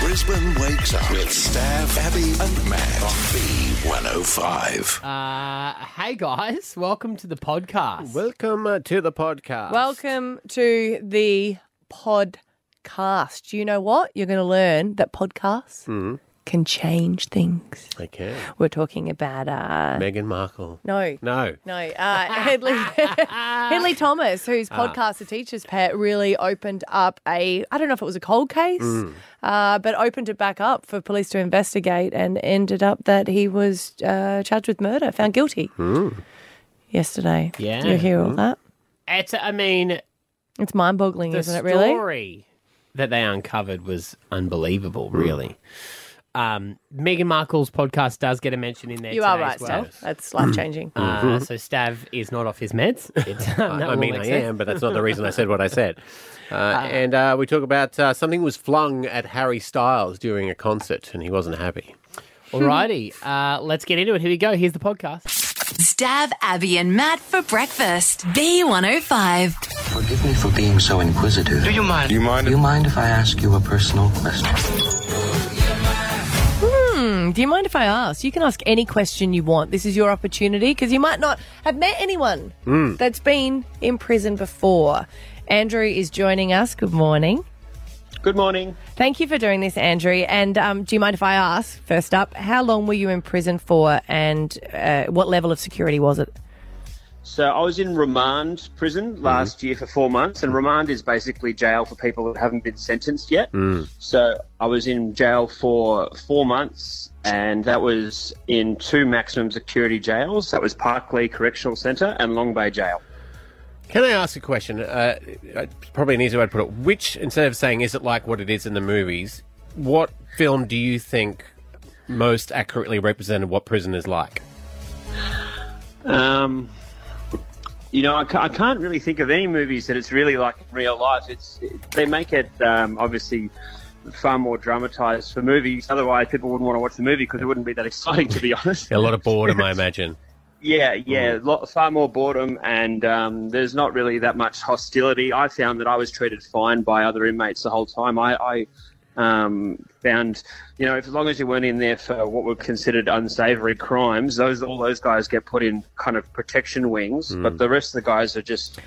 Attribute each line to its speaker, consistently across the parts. Speaker 1: Brisbane wakes up with Stav, Abby, and Matt on B105.
Speaker 2: Uh, hey guys, welcome to the podcast.
Speaker 3: Welcome uh, to the podcast.
Speaker 4: Welcome to the podcast. Do you know what? You're going to learn that podcasts can change things.
Speaker 3: Okay.
Speaker 4: We're talking about, uh,
Speaker 3: Meghan Markle.
Speaker 4: no,
Speaker 3: No.
Speaker 4: no, uh, Headley, Headley Thomas, whose podcast, The Teacher's Pet, really opened up a, I don't know if it was a cold case, uh, but opened it back up for police to investigate and ended up that he was uh, charged with murder, found guilty Mm. yesterday.
Speaker 2: Yeah.
Speaker 4: Do you hear all that?
Speaker 2: It's, I mean,
Speaker 4: It's mind boggling,
Speaker 2: the
Speaker 4: isn't it, really?
Speaker 2: story that they uncovered was unbelievable, really. Um, Meghan Markle's podcast does get a mention in there.
Speaker 4: You are
Speaker 2: today
Speaker 4: right,
Speaker 2: as well.
Speaker 4: Steph. That's life changing.
Speaker 2: Uh, so Stav is not off his meds. That
Speaker 3: Mm-hmm. I
Speaker 2: will
Speaker 3: mean,
Speaker 2: make
Speaker 3: I
Speaker 2: sense.
Speaker 3: am, but that's not the reason I said what I said. Uh, and uh, we talk about uh, something was flung at Harry Styles during a concert, and he wasn't happy.
Speaker 2: Alrighty, uh, let's get into it. Here we go. Here's the podcast.
Speaker 5: Stav, Abby, and Matt for breakfast. B105.
Speaker 6: Forgive me for being so inquisitive. Do you mind? Do you mind? Do you mind if I ask you a personal question?
Speaker 4: Hmm, Do you mind if I ask? You can ask any question you want. This is your opportunity because you might not have met anyone that's been in prison before. Andrew is joining us. Good morning.
Speaker 7: Good morning.
Speaker 4: Thank you for doing this, Andrew. And um, do you mind if I ask, first up, how long were you in prison for and uh, what level of security was it?
Speaker 7: So I was in remand prison last year for four months, and remand is basically jail for people that haven't been sentenced yet.
Speaker 8: Mm.
Speaker 7: So I was in jail for four months, and that was in two maximum security jails. That was Parklea Correctional Centre and Long Bay Jail.
Speaker 3: Hmm. Can I ask a question? Uh, it's probably an easy way to put it. Which, instead of saying, is it like what it is in the movies, what film do you think most accurately represented what prison is like?
Speaker 7: Um, you know, I, ca- I can't really think of any movies that it's really like in real life. It's they make it um, obviously far more dramatized for movies. Otherwise, people wouldn't want to watch the movie because it wouldn't be that exciting, to be honest.
Speaker 3: A lot of boredom, I imagine.
Speaker 7: Yeah, yeah, lot, far more boredom, and um, there's not really that much hostility. I found that I was treated fine by other inmates the whole time. I, I um, found, you know, if, as long as you weren't in there for what were considered unsavory crimes, those all those guys get put in kind of protection wings, but the rest of the guys are just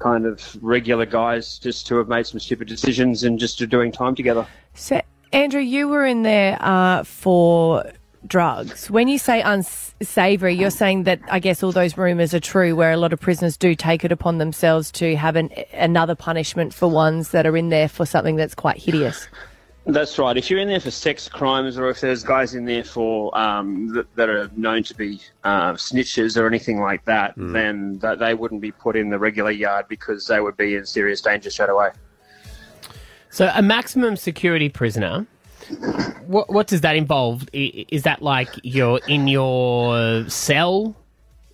Speaker 7: kind of regular guys, just who have made some stupid decisions and just are doing time together.
Speaker 4: So, Andrew, you were in there uh, for drugs. When you say unsavory, you're saying that I guess all those rumours are true, where a lot of prisoners do take it upon themselves to have an, another punishment for ones that are in there for something that's quite hideous.
Speaker 7: That's right. If you're in there for sex crimes, or if there's guys in there for um, th- that are known to be uh, snitches or anything like that, then th- they wouldn't be put in the regular yard because they would be in serious danger straight away.
Speaker 2: So a maximum security prisoner. What, what does that involve? I- Is that like you're in your cell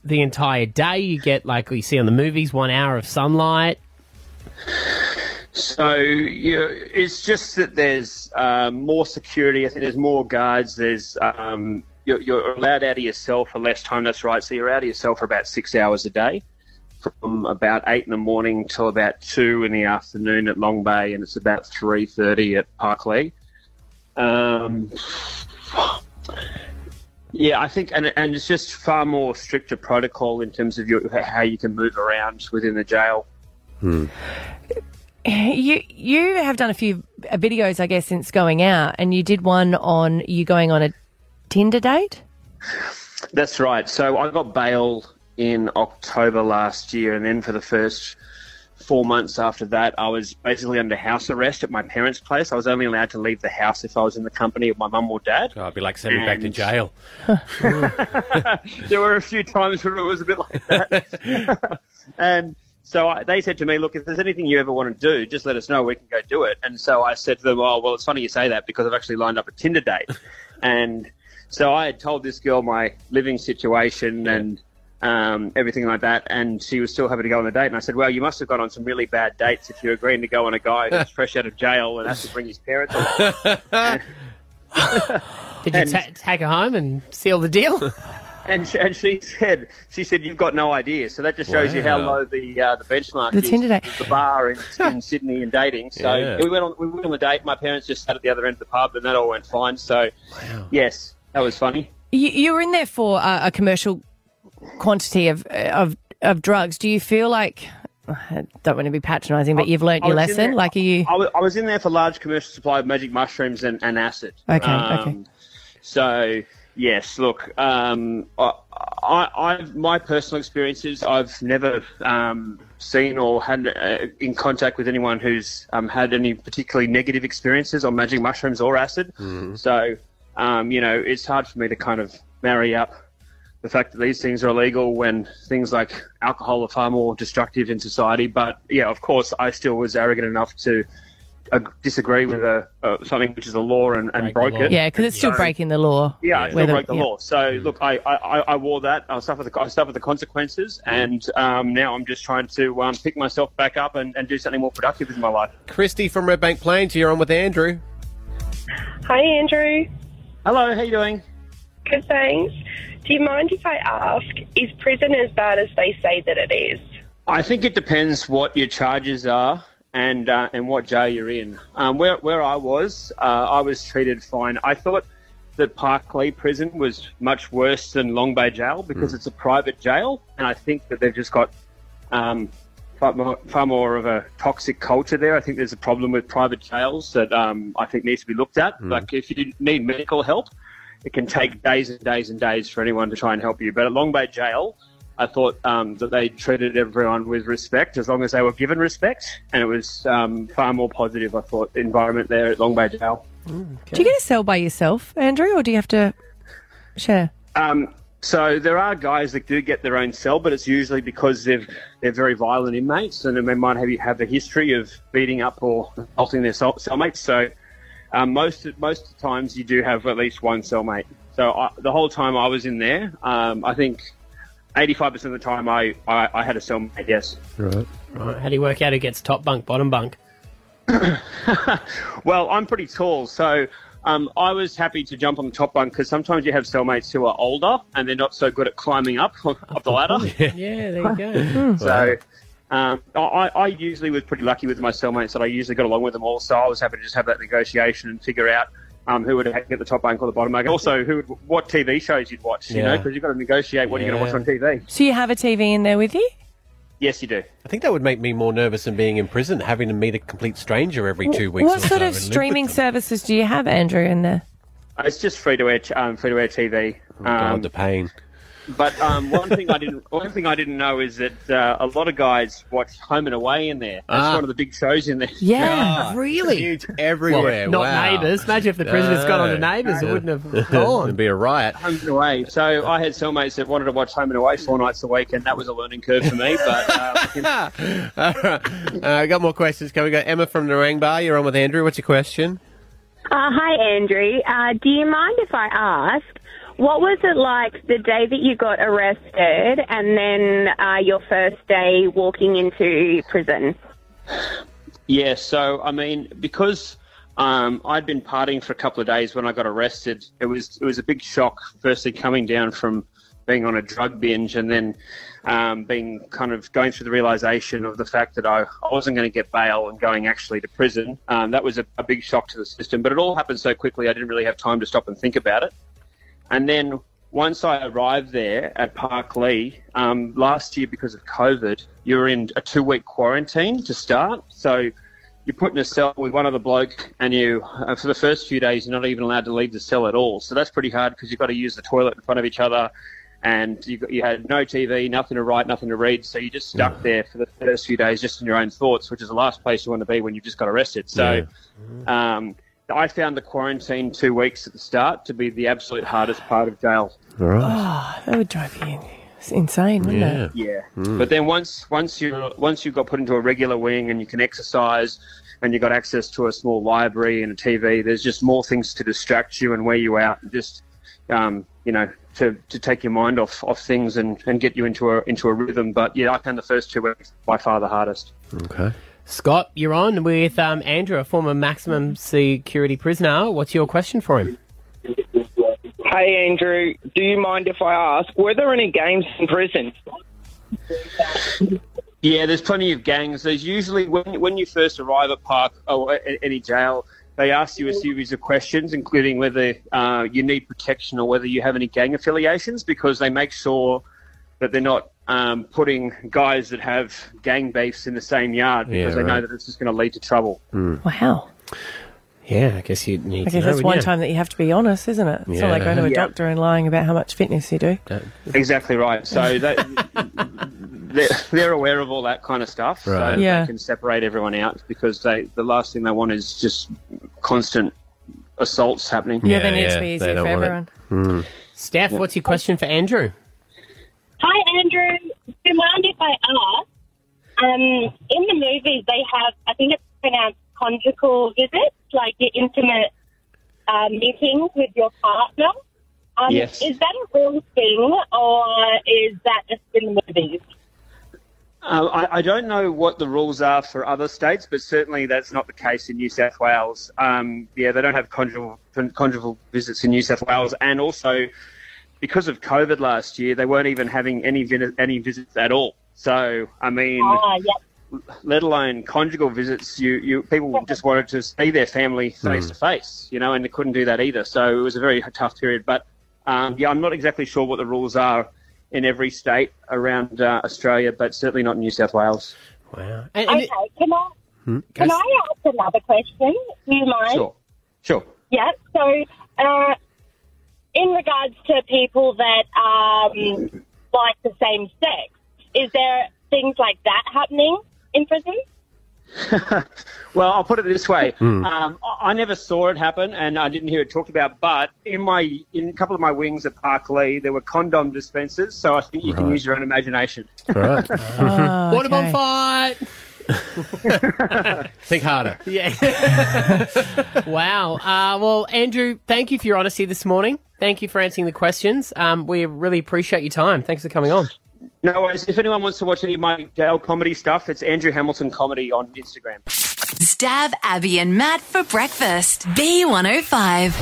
Speaker 2: the entire day? You get like you see on the movies, one hour of sunlight.
Speaker 7: So you it's just that there's um, more security. I think there's more guards. There's um, you're, you're allowed out of your cell for less time. That's right. So you're out of your cell for about six hours a day, from about eight in the morning till about two in the afternoon at Long Bay, and it's about three thirty at Parklea. Um, yeah, I think, and, and it's just far more stricter protocol in terms of your, how you can move around within the jail.
Speaker 4: You you have done a few uh, videos, I guess, since going out, and you did one on you going on a Tinder date.
Speaker 7: That's right. So I got bail in October last year, and then for the first four months after that, I was basically under house arrest at my parents' place. I was only allowed to leave the house if I was in the company of my mum or dad.
Speaker 3: Oh, I'd be like sent me back to
Speaker 7: And-
Speaker 3: jail.
Speaker 7: There were a few times where it was a bit like that. and Um, so I, they said to me, Look, if there's anything you ever want to do, just let us know. We can go do it. And so I said to them, Oh, well, it's funny you say that because I've actually lined up a Tinder date. and so I had told this girl my living situation and um, everything like that. And she was still happy to go on the date. And I said, Well, you must have gone on some really bad dates if you're agreeing to go on a guy who's fresh out of jail and has to bring his parents along.
Speaker 2: Did you
Speaker 7: And-
Speaker 2: ta- take her home and seal the deal?
Speaker 7: And she, and she said, she said, you've got no idea. So that just shows you how
Speaker 3: Wow.
Speaker 7: low the uh, the benchmark
Speaker 4: The
Speaker 7: is.
Speaker 4: Tinder date.
Speaker 7: The bar in, in Sydney and dating. So
Speaker 3: Yeah.
Speaker 7: we went on we went on the date. My parents just sat at the other end of the pub, and that all went fine. So yes, that was funny.
Speaker 4: You, you were in there for uh, a commercial quantity of of of drugs. Do you feel like I don't want to be patronising, but you've learnt
Speaker 7: I
Speaker 4: your
Speaker 7: was in
Speaker 4: lesson?
Speaker 7: there-
Speaker 4: Like, are you?
Speaker 7: I was, I was in there for large commercial supply of magic mushrooms and, and acid. Um,
Speaker 4: Okay, okay.
Speaker 7: So yes, look, um, I, I, I've, my personal experiences, I've never um, seen or had uh, in contact with anyone who's um, had any particularly negative experiences on magic mushrooms or acid. So um, you know, it's hard for me to kind of marry up. The fact that these things are illegal when things like alcohol are far more destructive in society. But yeah, of course, I still was arrogant enough to uh, disagree with a, uh, something which is a law and, and
Speaker 2: Break
Speaker 7: broke
Speaker 2: the law.
Speaker 7: it.
Speaker 4: Yeah, because it's still breaking the law.
Speaker 7: Yeah, I still
Speaker 4: Whether-
Speaker 7: broke the
Speaker 4: yeah.
Speaker 7: law. So look, I, I, I I wore that. I suffered the I suffered the consequences, and um, now I'm just trying to um, pick myself back up and, and do something more productive with my life.
Speaker 3: Christy from Red Bank Plains, you're on with Andrew.
Speaker 9: Hi, Andrew.
Speaker 7: Hello, how you doing?
Speaker 9: Good, thanks. Do you mind if I ask, is prison as bad as they say that it is?
Speaker 7: I think it depends what your charges are and uh, and what jail you're in. Um, where where I was, uh, I was treated fine. I thought that Parklea Prison was much worse than Long Bay Jail because it's a private jail, and I think that they've just got um, far, more, far more of a toxic culture there. I think there's a problem with private jails that um, I think needs to be looked at. Like if you need medical help, it can take days and days and days for anyone to try and help you. But at Long Bay Jail, I thought um, that they treated everyone with respect as long as they were given respect, and it was um, far more positive. I thought the environment there at Long Bay Jail.
Speaker 4: Do you get a cell by yourself, Andrew, or do you have to share?
Speaker 7: Um, so there are guys that do get their own cell, but it's usually because they've they're very violent inmates, and they might have have a history of beating up or assaulting their cell, cellmates. So um, most most times you do have at least one cellmate. So I, the whole time I was in there, um, I think eighty five percent of the time I, I, I had a cellmate. Yes.
Speaker 2: Right, how do you work out who gets top bunk, bottom bunk?
Speaker 7: Well, I'm pretty tall, so um, I was happy to jump on the top bunk because sometimes you have cellmates who are older and they're not so good at climbing up up the ladder.
Speaker 2: Yeah, there you
Speaker 3: Hmm.
Speaker 2: go.
Speaker 7: So um, I- I, I usually was pretty lucky with my cellmates that I usually got along with them all. So I was happy to just have that negotiation and figure out um, who would get the top bunk or the bottom bunk. Also, who would, what TV shows you'd watch, you know,
Speaker 3: Yeah.
Speaker 7: because you've got to negotiate what you're going
Speaker 3: Yeah.
Speaker 7: to watch on TV.
Speaker 4: So you have a TV in there with you?
Speaker 7: Yes, you do.
Speaker 3: I think that would make me more nervous than being in prison, having to meet a complete stranger every two weeks.
Speaker 4: what
Speaker 3: or
Speaker 4: sort
Speaker 3: so
Speaker 4: of
Speaker 3: and live
Speaker 4: streaming
Speaker 3: with them.
Speaker 4: services do you have, Andrew, in there?
Speaker 7: Uh, It's just free to air, um, free to air TV.
Speaker 3: Oh, God,
Speaker 7: Um,
Speaker 3: the pain.
Speaker 7: But um, one thing I didn't one thing I didn't know is that uh, a lot of guys watch Home and Away in there. That's
Speaker 3: Ah.
Speaker 7: one of the big shows in there.
Speaker 4: Yeah.
Speaker 2: really?
Speaker 3: Huge everywhere.
Speaker 2: Not
Speaker 3: wow.
Speaker 2: neighbours. Imagine if the prisoners got on to
Speaker 3: No.
Speaker 2: neighbours, it wouldn't have
Speaker 3: It'd
Speaker 2: gone.
Speaker 3: be a riot.
Speaker 7: Home and Away. So I had cellmates that wanted to watch Home and Away four nights a week, and that was a learning curve for me. But uh, you know,
Speaker 3: All right. Uh, I got more questions. Can we go? Emma from Narangba, you're on with Andrew. What's your question?
Speaker 9: Uh, hi, Andrew. Uh, do you mind if I ask, what was it like the day that you got arrested and then uh, your first day walking into prison?
Speaker 7: yeah. So I mean, because um, I'd been partying for a couple of days when I got arrested, it was it was a big shock. Firstly, coming down from being on a drug binge, and then um, being kind of going through the realization of the fact that I, I wasn't going to get bail and going actually to prison. Um, that was a, a big shock to the system. But it all happened so quickly, I didn't really have time to stop and think about it. And then once I arrived there at Park Lee um, last year, because of COVID, you were in a two week quarantine to start. So you're put in a cell with one other bloke, and you uh, for the first few days you're not even allowed to leave the cell at all. So that's pretty hard because you've got to use the toilet in front of each other, and you, got- you had no TV, nothing to write, nothing to read. So you're just stuck there for the first few days, just in your own thoughts, which is the last place you want to be when you've just got arrested. So. Um, I found the quarantine two weeks at the start to be the absolute hardest part of jail.
Speaker 4: Oh, That would drive you in. It's insane, wouldn't it?
Speaker 7: Yeah. But then once once you once you got put into a regular wing and you can exercise and you got access to a small library and a TV, there's just more things to distract you and wear you out and just um, you know, to, to take your mind off, off things and, and get you into a into a rhythm. But yeah, I found the first two weeks by far the hardest.
Speaker 2: Scott, you're on with um, Andrew, a former maximum security prisoner. What's your question for him?
Speaker 10: Hey, Andrew, do you mind if I ask, were there any games in prison?
Speaker 7: Yeah, there's plenty of gangs. There's usually when when you first arrive at park or a- a- any jail, they ask you a series of questions, including whether uh, you need protection or whether you have any gang affiliations, because they make sure that they're not um, putting guys that have gang beefs in the same yard because they know
Speaker 3: right.
Speaker 7: that it's just going to lead to trouble.
Speaker 4: Wow.
Speaker 3: Yeah, I guess you need
Speaker 4: I guess that's one time that you have to be honest, isn't it? It's not like going to a
Speaker 7: Yeah.
Speaker 4: doctor and lying about how much fitness you do.
Speaker 7: Exactly right. So that, they're, they're aware of all that kind of stuff.
Speaker 3: Right.
Speaker 7: So
Speaker 4: Yeah.
Speaker 7: they can separate everyone out because they the last thing they want is just constant assaults happening.
Speaker 4: Yeah, they need
Speaker 3: yeah,
Speaker 4: to be
Speaker 3: they
Speaker 4: easier
Speaker 3: don't
Speaker 4: for
Speaker 3: want it.
Speaker 4: everyone.
Speaker 2: Steph, what's your question for Andrew?
Speaker 9: Hi, Andrew. Do you mind if I ask? Um, in the movies, they have, I think it's pronounced conjugal visits, like your intimate um, meetings with your partner. Um,
Speaker 7: Yes.
Speaker 9: Is that a real thing, or is that just in the movies?
Speaker 7: Uh, I, I don't know what the rules are for other states, but certainly that's not the case in New South Wales. Um, yeah, they don't have conjugal, conjugal visits in New South Wales, and also because of COVID last year, they weren't even having any vi- any visits at all. So I mean,
Speaker 9: Ah, yeah.
Speaker 7: let alone conjugal visits, you, you people just wanted to see their family face to face, you know, and they couldn't do that either. So it was a very tough period. But um, yeah, I'm not exactly sure what the rules are in every state around uh, Australia, but certainly not in New South Wales.
Speaker 3: Wow.
Speaker 2: And, Hmm? and
Speaker 9: Okay, can I, can I ask another question? Do you mind?
Speaker 7: Sure, sure.
Speaker 9: Yeah. So, uh, in regards to people that um, like the same sex, is there things like that happening in prison?
Speaker 7: Well, I'll put it this way: um, I- I never saw it happen, and I didn't hear it talked about. But in my in a couple of my wings at Park Lee, there were condom dispensers, so I think you can use your own imagination.
Speaker 3: All right.
Speaker 2: Uh-huh.
Speaker 4: Oh,
Speaker 2: Hmm. Water bomb
Speaker 4: okay.
Speaker 2: fight!
Speaker 3: Think harder.
Speaker 2: Yeah. wow. Uh, well, Andrew, thank you for your honesty this morning. Thank you for answering the questions. Um, we really appreciate your time. Thanks for coming on.
Speaker 7: No worries. If anyone wants to watch any of my jail comedy stuff, it's Andrew Hamilton Comedy on Instagram.
Speaker 5: Stab Abby and Matt for breakfast. B105.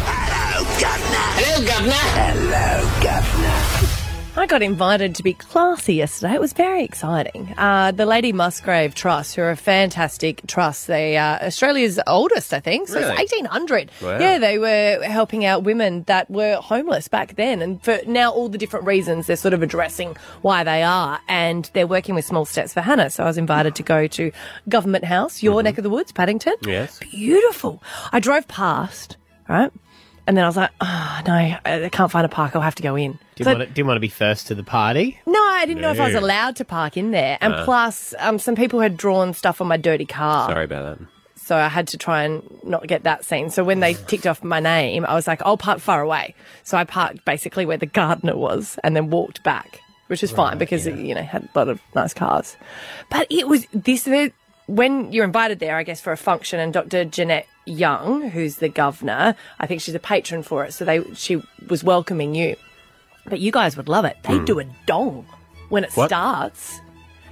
Speaker 4: I got invited to be classy yesterday. It was very exciting. Uh, the Lady Musgrave Trust, who are a fantastic trust. They are Australia's oldest, I think. So
Speaker 3: Really?
Speaker 4: it's 1800. Yeah, they were helping out women that were homeless back then. And for now, all the different reasons, they're sort of addressing why they are. And they're working with Small Steps for Hannah. So I was invited to go to Government House, your neck of the woods, Paddington.
Speaker 3: Yes.
Speaker 4: Beautiful. I drove past, right? And then I was like, oh, no, I I can't find a park. I'll have to go in. So-
Speaker 2: Didn't, want to, didn't want to be first to the party.
Speaker 4: no, I didn't know if I was allowed to park in there. And plus, um, some people had drawn stuff on my dirty car.
Speaker 3: Uh. Sorry about that.
Speaker 4: So I had to try and not get that scene. So when they ticked off my name, I was like, I'll park far away. So I parked basically where the gardener was and then walked back, which is fine because, it, you know, had a lot of nice cars. But it was this, the- when you're invited there, I guess, for a function, and Dr. Jeanette Young, who's the governor, I think she's a patron for it. So they, she was welcoming you. But you guys would love it. They do a dong when it
Speaker 3: What?
Speaker 4: starts,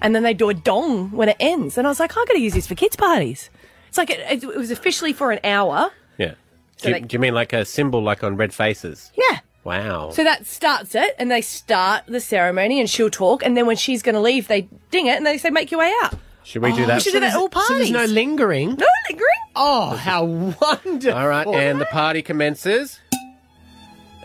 Speaker 4: and then they do a dong when it ends. And I was like, I got to use this for kids' parties. It's like it, it, it was officially for an hour.
Speaker 3: Yeah. do, you,
Speaker 4: like-
Speaker 3: do you mean like a symbol, like on red faces?
Speaker 4: Yeah.
Speaker 3: Wow.
Speaker 4: So that starts it, and they start the ceremony, and she'll talk, and then when she's going to leave, they ding it, and they say, "Make your way out."
Speaker 3: should we do that?
Speaker 4: Oh, We should do that at all
Speaker 2: So
Speaker 4: parties.
Speaker 2: there's no lingering.
Speaker 4: no lingering.
Speaker 2: Oh, how wonderful.
Speaker 3: All right, and the party commences.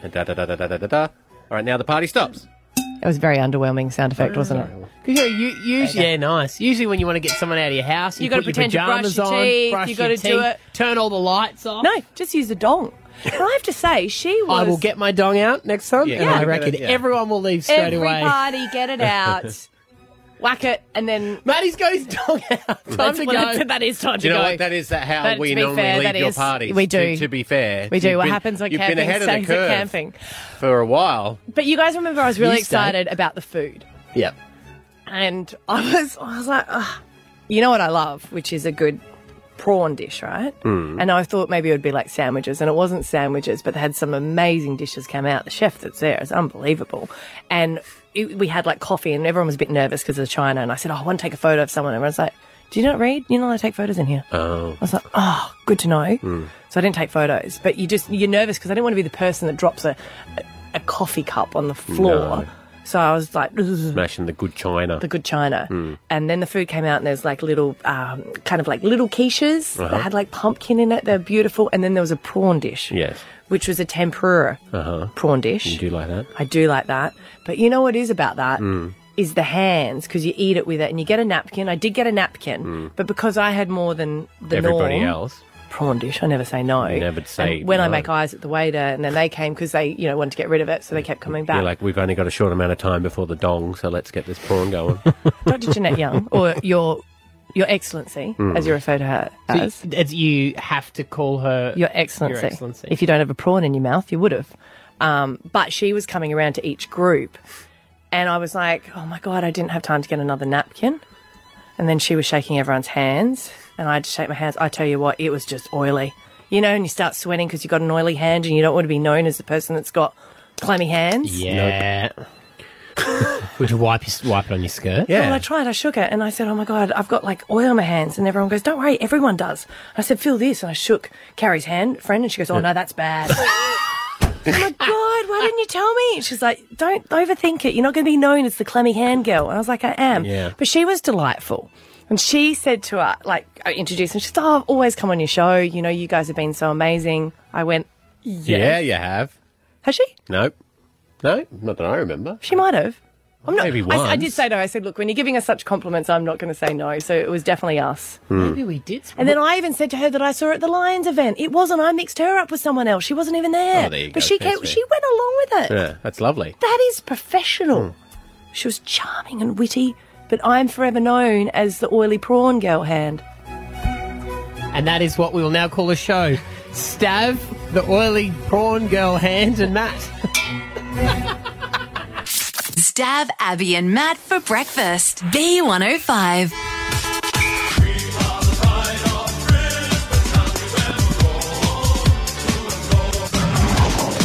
Speaker 3: And Da, da, da, da, da, da, da, da. All right, now the party stops.
Speaker 4: It was a very underwhelming sound effect, wasn't it?
Speaker 2: You know, you, usually, yeah, nice. Usually, when you want to get someone out of your house, you,
Speaker 4: You gotta
Speaker 2: put your
Speaker 4: pretend to brush
Speaker 2: pajamas
Speaker 4: your
Speaker 2: on,
Speaker 4: teeth,
Speaker 2: brush
Speaker 4: you
Speaker 2: your
Speaker 4: gotta do
Speaker 2: teeth,
Speaker 4: it.
Speaker 2: turn all the lights off.
Speaker 4: No, just use the dong. And I have to say, she was.
Speaker 2: I will get my dong out next time,
Speaker 3: Yeah,
Speaker 2: and
Speaker 3: yeah,
Speaker 2: I
Speaker 3: get
Speaker 2: reckon
Speaker 3: it, yeah.
Speaker 2: everyone will leave straight
Speaker 4: every
Speaker 2: away.
Speaker 4: party get it out, whack it, and then
Speaker 2: Maddie's got his dong out. Time to
Speaker 4: Well,
Speaker 2: go.
Speaker 4: that's- that is time
Speaker 3: Do
Speaker 4: to
Speaker 3: you know
Speaker 4: go.
Speaker 3: what? That is that how
Speaker 4: That-
Speaker 3: we
Speaker 4: to be
Speaker 3: normally
Speaker 4: fair,
Speaker 3: leave
Speaker 4: that
Speaker 3: your
Speaker 4: is-
Speaker 3: parties.
Speaker 4: we
Speaker 3: To,
Speaker 4: do.
Speaker 3: to be fair,
Speaker 4: we do.
Speaker 3: You've
Speaker 4: What
Speaker 3: been-
Speaker 4: happens on
Speaker 3: you've
Speaker 4: camping
Speaker 3: been ahead of the
Speaker 4: stays at
Speaker 3: curve
Speaker 4: camping.
Speaker 3: for a while.
Speaker 4: But you guys remember I was really
Speaker 2: You stay.
Speaker 4: excited about the food,
Speaker 2: Yep.
Speaker 4: and I was I was like, "Ugh." you know what I love, which is a good prawn dish, right?
Speaker 11: Mm.
Speaker 4: And I thought maybe it would be like sandwiches, and it wasn't sandwiches, but they had some amazing dishes come out. The chef that's there is unbelievable, and it, we had like coffee, and everyone was a bit nervous because of China, and I said, oh, I want to take a photo of someone, and everyone's like. Do you not read? You're not allowed to take photos in here. Oh. I was like, oh, good to know. So I didn't take photos. But you just you're nervous because I didn't want to be the person that drops a a, a coffee cup on the floor.
Speaker 3: No.
Speaker 4: So I was like, "Ugh."
Speaker 3: Smashing the good china. Hmm.
Speaker 4: the good china. And then the food came out, and there's like little, um, kind of like little quiches
Speaker 3: Uh-huh.
Speaker 4: that had like pumpkin in it. They're beautiful. And then there was a prawn dish,
Speaker 3: yes.
Speaker 4: which was a tempura prawn dish.
Speaker 3: Do Uh-huh. you like that? Hmm.
Speaker 4: I do like that. But you know what is about that is the hands because you eat it with it and you get a napkin. I did get a napkin, but because I had more than the
Speaker 3: Hmm. Everybody
Speaker 4: norm,
Speaker 3: else.
Speaker 4: prawn dish. I never say no.
Speaker 3: never say
Speaker 4: And when I
Speaker 3: no.
Speaker 4: make eyes at the waiter, and then they came because they, you know, wanted to get rid of it, so they kept coming back.
Speaker 3: You're like, we've only got a short amount of time before the dong, so let's get this prawn going.
Speaker 4: Dr. Jeanette Young, or your Your Excellency,
Speaker 3: Hmm.
Speaker 4: as you refer to her as.
Speaker 2: It's, you have to call her.
Speaker 4: Your Excellency.
Speaker 2: Your Excellency.
Speaker 4: If you don't have a prawn in your mouth, you would have. Um, but she was coming around to each group, and I was like, oh my God, I didn't have time to get another napkin. And then she was shaking everyone's hands, and I had to shake my hands. I tell you what, it was just oily. You know, and you start sweating because you've got an oily hand and you don't want to be known as the person that's got clammy hands.
Speaker 2: yeah. Would you wipe your, wipe it on your skirt?
Speaker 4: Well, I tried. I shook it and I said, Oh my God, I've got like oil on my hands. And everyone goes, Don't worry, everyone does. I said, Feel this. And I shook Carrie's hand, friend, and she goes, Oh no, that's bad. oh my God, why didn't you tell me? She's like, Don't overthink it. You're not going to be known as the clammy hand girl. And I was like, I am.
Speaker 3: Yeah.
Speaker 4: But she was delightful. And she said to her, like, I introduced her. She said, Oh, I've always come on your show. You know, you guys have been so amazing. I went,
Speaker 3: Yeah, you have.
Speaker 4: Has she?
Speaker 3: Nope. No, not that I remember.
Speaker 4: She might have. I'm not,
Speaker 3: Maybe
Speaker 4: I- I, did
Speaker 3: once.
Speaker 4: say no. I said, look, when you're giving us such compliments, I'm not going to say no. So it was definitely us.
Speaker 3: Hmm.
Speaker 2: Maybe we did.
Speaker 4: And then I even said to her that I saw her at the Lions event. It wasn't. I mixed her up with someone else. She wasn't even there.
Speaker 3: Oh, there you
Speaker 4: but
Speaker 3: go.
Speaker 4: she
Speaker 3: Fair
Speaker 4: came,
Speaker 3: fair.
Speaker 4: she went along with it.
Speaker 3: Yeah, Hmm. that's lovely.
Speaker 4: That is professional. She was charming and witty, but I'm forever known as the oily prawn girl hand.
Speaker 2: And that is what we will now call the show. Stav, the oily prawn girl hands, and Matt.
Speaker 5: Stab Abby and Matt for breakfast. B105.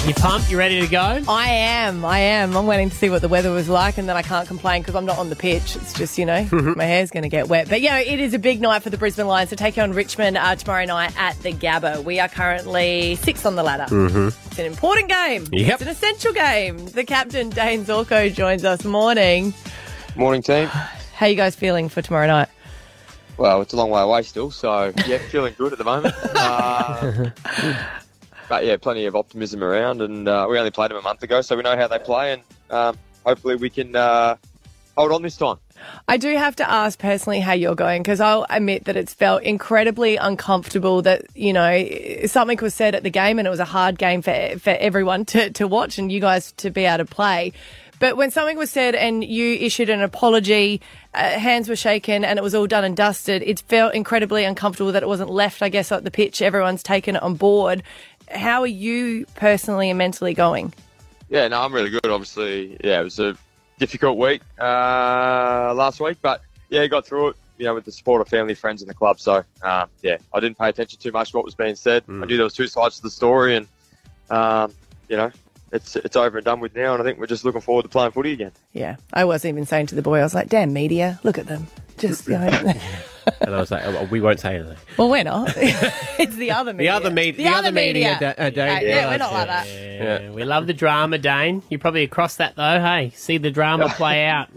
Speaker 2: You pumped? You ready to go?
Speaker 4: I am. I am. I'm waiting to see what the weather was like, and then I can't complain because I'm not on the pitch. It's just, you know, my hair's going to get wet. But yeah, it is a big night for the Brisbane Lions. So take on Richmond uh, tomorrow night at the Gabba. We are currently six on the ladder. Mm-hmm. It's an important game.
Speaker 3: Yep.
Speaker 4: It's an essential game. The captain Dane Zorko joins us. Morning.
Speaker 12: Morning, team.
Speaker 4: How you guys feeling for tomorrow night?
Speaker 12: Well, it's a long way away still, so yeah, feeling good at the moment. Uh, but yeah, plenty of optimism around, and uh, we only played them a month ago, so we know how they play, and um, hopefully we can uh, hold on this time.
Speaker 4: I do have to ask personally how you're going because I'll admit that it's felt incredibly uncomfortable that, you know, something was said at the game and it was a hard game for, for everyone to, to watch and you guys to be able to play. But when something was said and you issued an apology, uh, hands were shaken and it was all done and dusted, it felt incredibly uncomfortable that it wasn't left, I guess, at the pitch. Everyone's taken it on board. How are you personally and mentally going?
Speaker 12: Yeah, no, I'm really good. Obviously, yeah, it was a difficult week uh, last week, but yeah, got through it. You know, with the support of family, friends, and the club. So um, yeah, I didn't pay attention too much to what was being said.
Speaker 3: Hmm.
Speaker 12: I knew there was two sides to the story, and um, you know, it's it's over and done with now. And I think we're just looking forward to playing footy again.
Speaker 4: Yeah, I was even saying to the boy, I was like, damn, media, look at them. Just, you know.
Speaker 3: And I was like, oh, well, we won't say anything.
Speaker 4: Well, we're not. it's the other media.
Speaker 3: other med- the other media da- uh,
Speaker 4: yeah,
Speaker 3: day.
Speaker 4: yeah, we're not like that.
Speaker 2: Yeah, we love the drama, Dane. You're probably across that though. Hey, see the drama play out.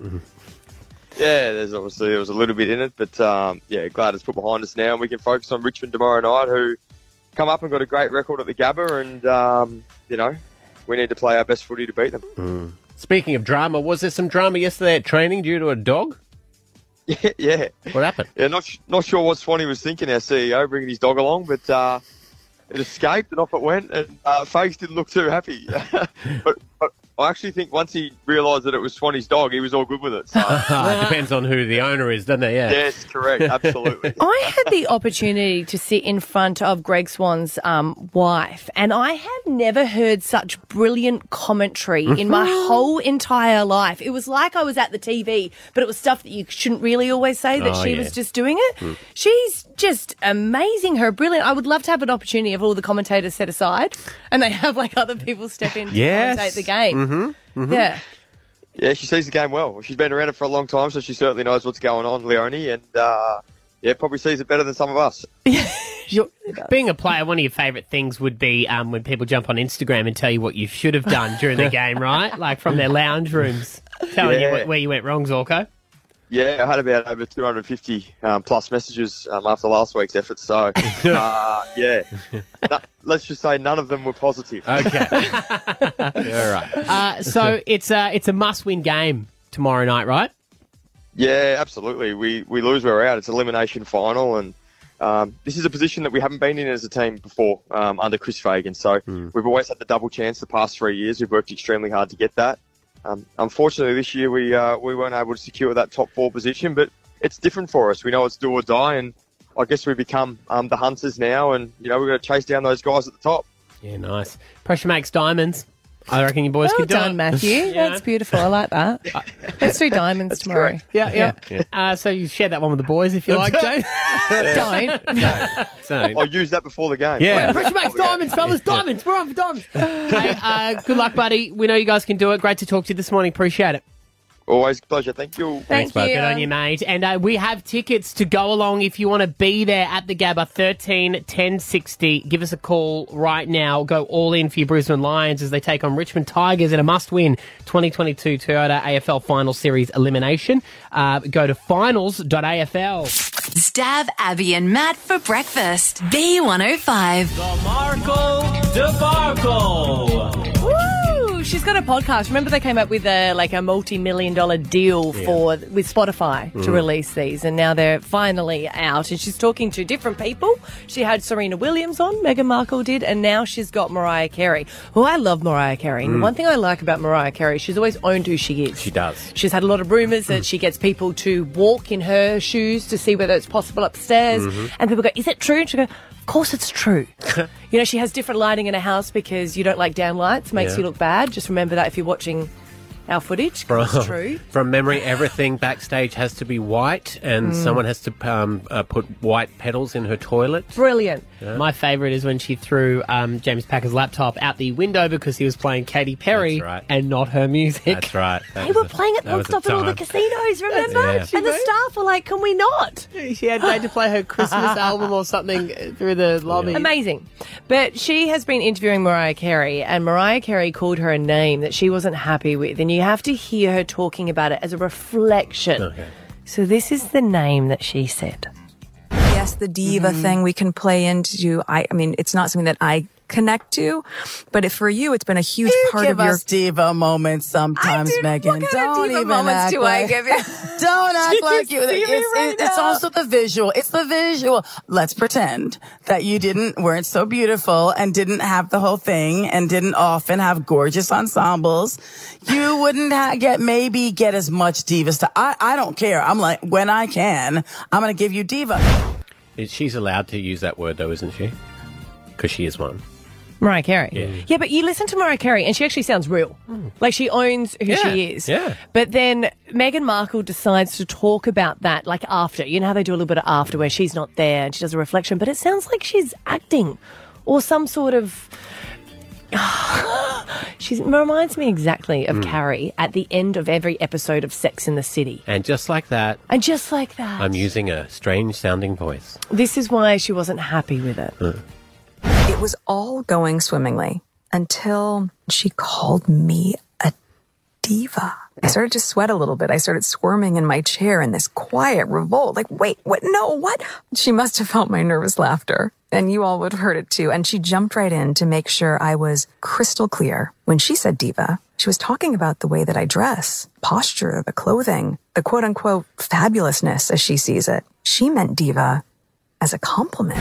Speaker 12: Yeah, there's obviously there was a little bit in it, but um, yeah, glad it's put behind us now, and we can focus on Richmond tomorrow night, who come up and got a great record at the Gabba, and um, you know, we need to play our best footy to beat them.
Speaker 3: Speaking of drama, was there some drama yesterday at training due to a dog?
Speaker 12: yeah,
Speaker 3: What happened?
Speaker 12: yeah, not sh- not sure what Swanee was thinking. Our CEO bringing his dog along, but uh, it escaped and off it went, and uh, Fakes didn't look too happy. but, but I actually think once he realised that it was Swanee's dog, he was all good with it. So.
Speaker 3: Ah, it depends on who the owner is, doesn't it? Yeah.
Speaker 12: yes, correct, absolutely.
Speaker 4: I had the opportunity to sit in front of Greg Swan's um, wife, and I have never heard such brilliant commentary in my whole entire life. It was like I was at the TV, but it was stuff that you shouldn't really always say that
Speaker 3: Oh,
Speaker 4: she
Speaker 3: yeah.
Speaker 4: was just doing it. She's just amazing. Her brilliant. I would love to have an opportunity of all the commentators set aside, and they have like other people step in to
Speaker 3: Yes.
Speaker 4: commentate the game. Mm-hmm. Yeah.
Speaker 12: Yeah, she sees the game well. She's been around it for a long time, so she certainly knows what's going on, Leonie. And uh, yeah, probably sees it better than some of us.
Speaker 2: You're- being a player, one of your favourite things would be um, when people jump on Instagram and tell you what you should have done during the game, right? Like from their lounge rooms, telling you
Speaker 12: Yeah.
Speaker 2: wh- where you went wrong, Zorko.
Speaker 12: Yeah, I had about over 250 um, plus messages um, after last week's effort. So, uh, yeah, No- let's just say none of them were positive.
Speaker 3: Okay. All right.
Speaker 2: Uh, so it's a, it's a must-win game tomorrow night, right?
Speaker 12: Yeah, absolutely. We we lose, we're out. It's elimination final, and um, this is a position that we haven't been in as a team before um, under Chris Fagan. So
Speaker 2: Hmm.
Speaker 12: we've always had the double chance the past three years. We've worked extremely hard to get that. Um, unfortunately, this year we uh, we weren't able to secure that top four position, but it's different for us. We know it's do or die, and I guess we become um, the hunters now, and you know we're going to chase down those guys at the top.
Speaker 2: Yeah, nice. Pressure makes diamonds. I reckon you boys
Speaker 4: Well
Speaker 2: can do
Speaker 4: done,
Speaker 2: it.
Speaker 4: Matthew.
Speaker 2: Yeah.
Speaker 4: That's beautiful. I like that. Let's do diamonds tomorrow.
Speaker 2: Yeah, yeah. Uh, so you share that one with the boys if you like, Jane.
Speaker 4: Don't.
Speaker 12: I'll use that before the game.
Speaker 2: Yeah. Pressure makes diamonds, fellas. Diamonds. We're on for diamonds. hey, uh, good luck, buddy. We know you guys can do it. Great to talk to you this morning. Appreciate it.
Speaker 12: Always a pleasure. Thank you.
Speaker 2: Thanks, bud. Good on you, mate. And uh, we have tickets to go along if you want to be there at the Gabba 13 1060. Give us a call right now. Go all in for your Brisbane Lions as they take on Richmond Tigers in a must win 2022 Toyota AFL Final Series elimination. Uh, go to finals.afl.
Speaker 5: Stab Abby and Matt for breakfast. B105.
Speaker 2: The Markle debacle.
Speaker 4: Woo! She's got a podcast. Remember, they came up with a like a multi-million dollar deal for with Spotify to
Speaker 13: Mm.
Speaker 4: release these, and now they're finally out. And she's talking to different people. She had Serena Williams on, Meghan Markle did, and now she's got Mariah Carey, who I love. Mariah Carey. And
Speaker 13: Mm.
Speaker 4: One thing I like about Mariah Carey, she's always owned who she is. She
Speaker 3: does.
Speaker 4: She's had a lot of rumours that she gets people to walk in her shoes to see whether it's possible upstairs.
Speaker 13: Mhm.
Speaker 4: And people go, Is it true? And she goes, Of course it's true. you know, she has different lighting in her house because you don't like down lights, makes
Speaker 3: Yeah.
Speaker 4: you look bad. Just remember that if you're watching our footage. 'cause
Speaker 3: From,
Speaker 4: It's true.
Speaker 3: from memory, everything backstage has to be white, and
Speaker 4: Mm.
Speaker 3: someone has to um, uh, put white petals in her toilet.
Speaker 4: Brilliant.
Speaker 2: My favourite is when she threw um, James Packer's laptop out the window because he was playing Katy Perry and not her music. That's
Speaker 3: right.
Speaker 4: They were playing at one stop at all the casinos, remember?
Speaker 2: right, she
Speaker 4: And the
Speaker 2: wrote.
Speaker 4: staff were like, Can we not?
Speaker 2: She had they had to play her Christmas album or something through the lobby.
Speaker 4: Amazing. But she has been interviewing Mariah Carey, and Mariah Carey called her a name that she wasn't happy with. And you have to hear her talking about it as a reflection. So, this is the name that she said.
Speaker 14: yes, the diva
Speaker 15: Mm-hmm.
Speaker 4: Mhm.
Speaker 14: thing we can play into. I, I mean, it's not something that I connect to, but if for you, it's been a huge part
Speaker 15: give
Speaker 14: of your
Speaker 15: us diva moments sometimes, Megan. Don't
Speaker 14: diva
Speaker 15: even
Speaker 14: moments
Speaker 15: act
Speaker 14: do I
Speaker 15: like,
Speaker 14: give you?
Speaker 15: Don't
Speaker 14: Do
Speaker 15: act
Speaker 14: you
Speaker 15: like you.
Speaker 14: see me
Speaker 15: It's,
Speaker 14: right
Speaker 15: it- it's
Speaker 14: now?
Speaker 15: also the visual. It's the visual. Let's pretend that you didn't weren't so beautiful and didn't have the whole thing and didn't often have gorgeous ensembles. You wouldn't ha- get maybe get as much diva stuff. I I don't care. I'm like when I can, I'm gonna give you diva.
Speaker 3: Is- She's allowed to use that word, though, isn't she? Because she is one.
Speaker 4: Mariah Carey.
Speaker 3: Yeah. Hmm.
Speaker 4: Yeah, but you listen to Mariah Carey, and she actually sounds real. Like she owns who
Speaker 3: Yeah,
Speaker 4: she is.
Speaker 3: yeah.
Speaker 4: But then Meghan Markle decides to talk about that, like after. You know how they do a little bit of after where she's not there and she does a reflection, but it sounds like she's acting or some sort of. she reminds me exactly of
Speaker 3: Mm.
Speaker 4: Carrie at the end of every episode of Sex in the City.
Speaker 3: And just like that,
Speaker 4: And just like that,
Speaker 3: I'm using a strange sounding voice.
Speaker 4: this is why she wasn't happy with it.
Speaker 14: It was all going swimmingly until she called me a diva. I started to sweat a little bit. I started squirming in my chair in this quiet revolt. Like, wait, what? No, what? She must have felt my nervous laughter. And you all would have heard it too. And she jumped right in to make sure I was crystal clear. When she said diva, she was talking about the way that I dress, posture, the clothing, the quote unquote fabulousness as she sees it. She meant diva as a compliment.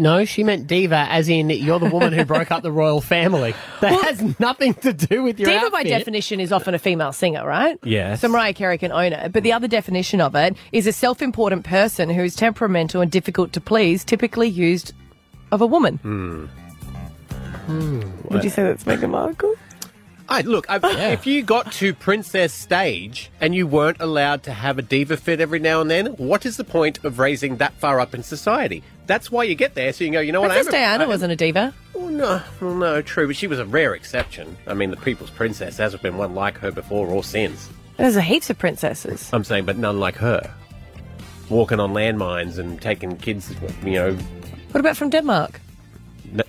Speaker 2: No, she meant diva, as in you're the woman who broke up the royal family. That has nothing to do with your
Speaker 4: diva by
Speaker 2: outfit.
Speaker 4: definition is often a female singer, right?
Speaker 2: Yes.
Speaker 4: So Mariah Carey can own it. But the other definition of it is a self-important person who is temperamental and difficult to please, typically used of a woman.
Speaker 2: Hmm.
Speaker 4: Would you say that's Meghan Markle?
Speaker 3: I, look, I, if you got to Princess Stage and you weren't allowed to have a diva fit every now and then, what is the point of raising that far up in society? That's why you get there, so you can go, you know what?
Speaker 4: Princess
Speaker 3: I am a-
Speaker 4: Diana
Speaker 3: I-
Speaker 4: wasn't a diva.
Speaker 3: Oh, no, well, no, true, but she was a rare exception. I mean, the people's princess there hasn't been one like her before or since.
Speaker 4: There's heaps of princesses.
Speaker 3: I'm saying, but none like her. walking on landmines and taking kids, you know,
Speaker 4: What about from Denmark?
Speaker 3: n-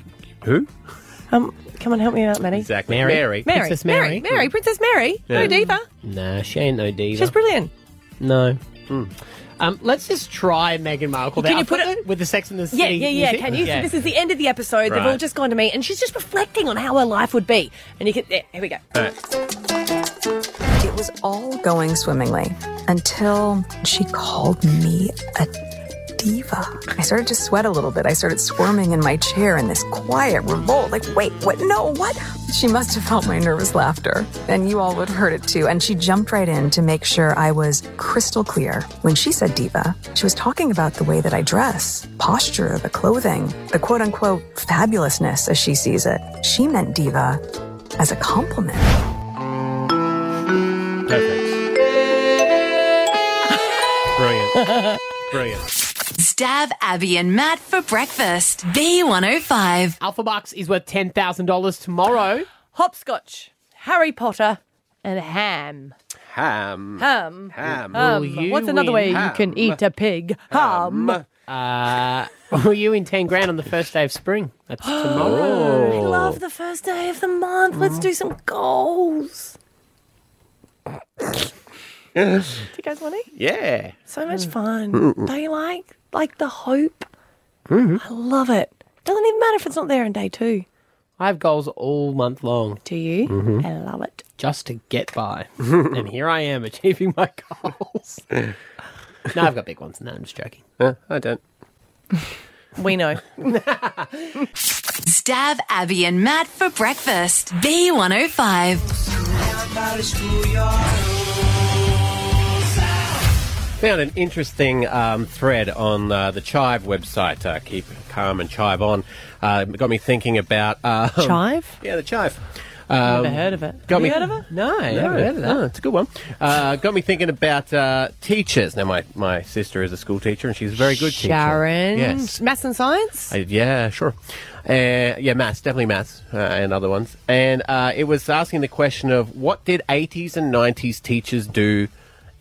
Speaker 3: who?
Speaker 4: Um, come on, help me out, Maddie.
Speaker 3: Exactly.
Speaker 2: Mary.
Speaker 3: Mary.
Speaker 4: Mary,
Speaker 2: Princess
Speaker 4: Mary,
Speaker 2: Mary.
Speaker 4: Mary, Princess Mary.
Speaker 2: Yeah.
Speaker 4: No diva.
Speaker 2: Nah, she ain't no diva.
Speaker 4: She's brilliant.
Speaker 2: No. Um, let's just try Meghan Markle.
Speaker 4: Can
Speaker 2: there.
Speaker 4: you
Speaker 2: I'll
Speaker 4: put
Speaker 2: it with the Sex and the
Speaker 4: Yeah,
Speaker 2: City?
Speaker 4: yeah, yeah.
Speaker 2: music.
Speaker 4: Can you? So this is the end of the episode. They've
Speaker 2: Right.
Speaker 4: all just gone to meet, and she's just reflecting on how her life would be. And you can. There, here we go.
Speaker 14: It was all going swimmingly until she called me a diva. I started to sweat a little bit. I started squirming in my chair in this quiet revolt. Like, wait, what? No, what? She must have felt my nervous laughter. And you all would have heard it too. And she jumped right in to make sure I was crystal clear. When she said diva, she was talking about the way that I dress, posture, the clothing, the quote unquote fabulousness as she sees it. She meant diva as a compliment.
Speaker 3: Perfect. Brilliant. Brilliant.
Speaker 5: Stab Abby and Matt for breakfast. B105.
Speaker 2: Alpha Bucks is worth $10,000 tomorrow.
Speaker 4: Hopscotch, Harry Potter, and ham.
Speaker 3: Ham.
Speaker 4: Ham.
Speaker 3: Ham.
Speaker 4: Ham.
Speaker 2: Will you
Speaker 4: What's another way
Speaker 2: win?
Speaker 4: you can eat a pig? Ham.
Speaker 2: Uh, were you in 10 grand on the first day of spring? That's tomorrow.
Speaker 4: I love the first day of the month. Let's do some goals. do you guys want to?
Speaker 3: Yeah.
Speaker 4: So much fun.
Speaker 3: Mm-mm.
Speaker 4: Don't you like like the hope? I love it. Doesn't even matter if it's not there in day two.
Speaker 2: I have goals all month long.
Speaker 4: Do you?
Speaker 3: Mm-hmm.
Speaker 2: Mhm.
Speaker 4: I love it.
Speaker 2: Just to get by. and here I am achieving my goals. no, I've got big ones. No, I'm just joking.
Speaker 3: I don't.
Speaker 4: We know.
Speaker 5: Stab Abby and Matt for breakfast. B105.
Speaker 3: Found an interesting um, thread on uh, the Chive website. Uh, keep calm and chive on. Uh, it got me thinking about um,
Speaker 4: Chive?
Speaker 3: Yeah, the Chive. Um,
Speaker 2: Never heard of it. Have you heard of it? Um, No, I
Speaker 3: no, Oh.
Speaker 2: haven't heard of that.
Speaker 3: no, it's a good one. Uh, got me thinking about uh, teachers. Now, my, my sister is a school teacher, and she's a very good
Speaker 4: Sharon.
Speaker 3: teacher. Yes.
Speaker 4: Maths and science?
Speaker 3: Uh, yeah, sure. Uh, yeah, maths, definitely maths, uh, and other ones. And uh, it was asking the question of what did 80s and 90s teachers do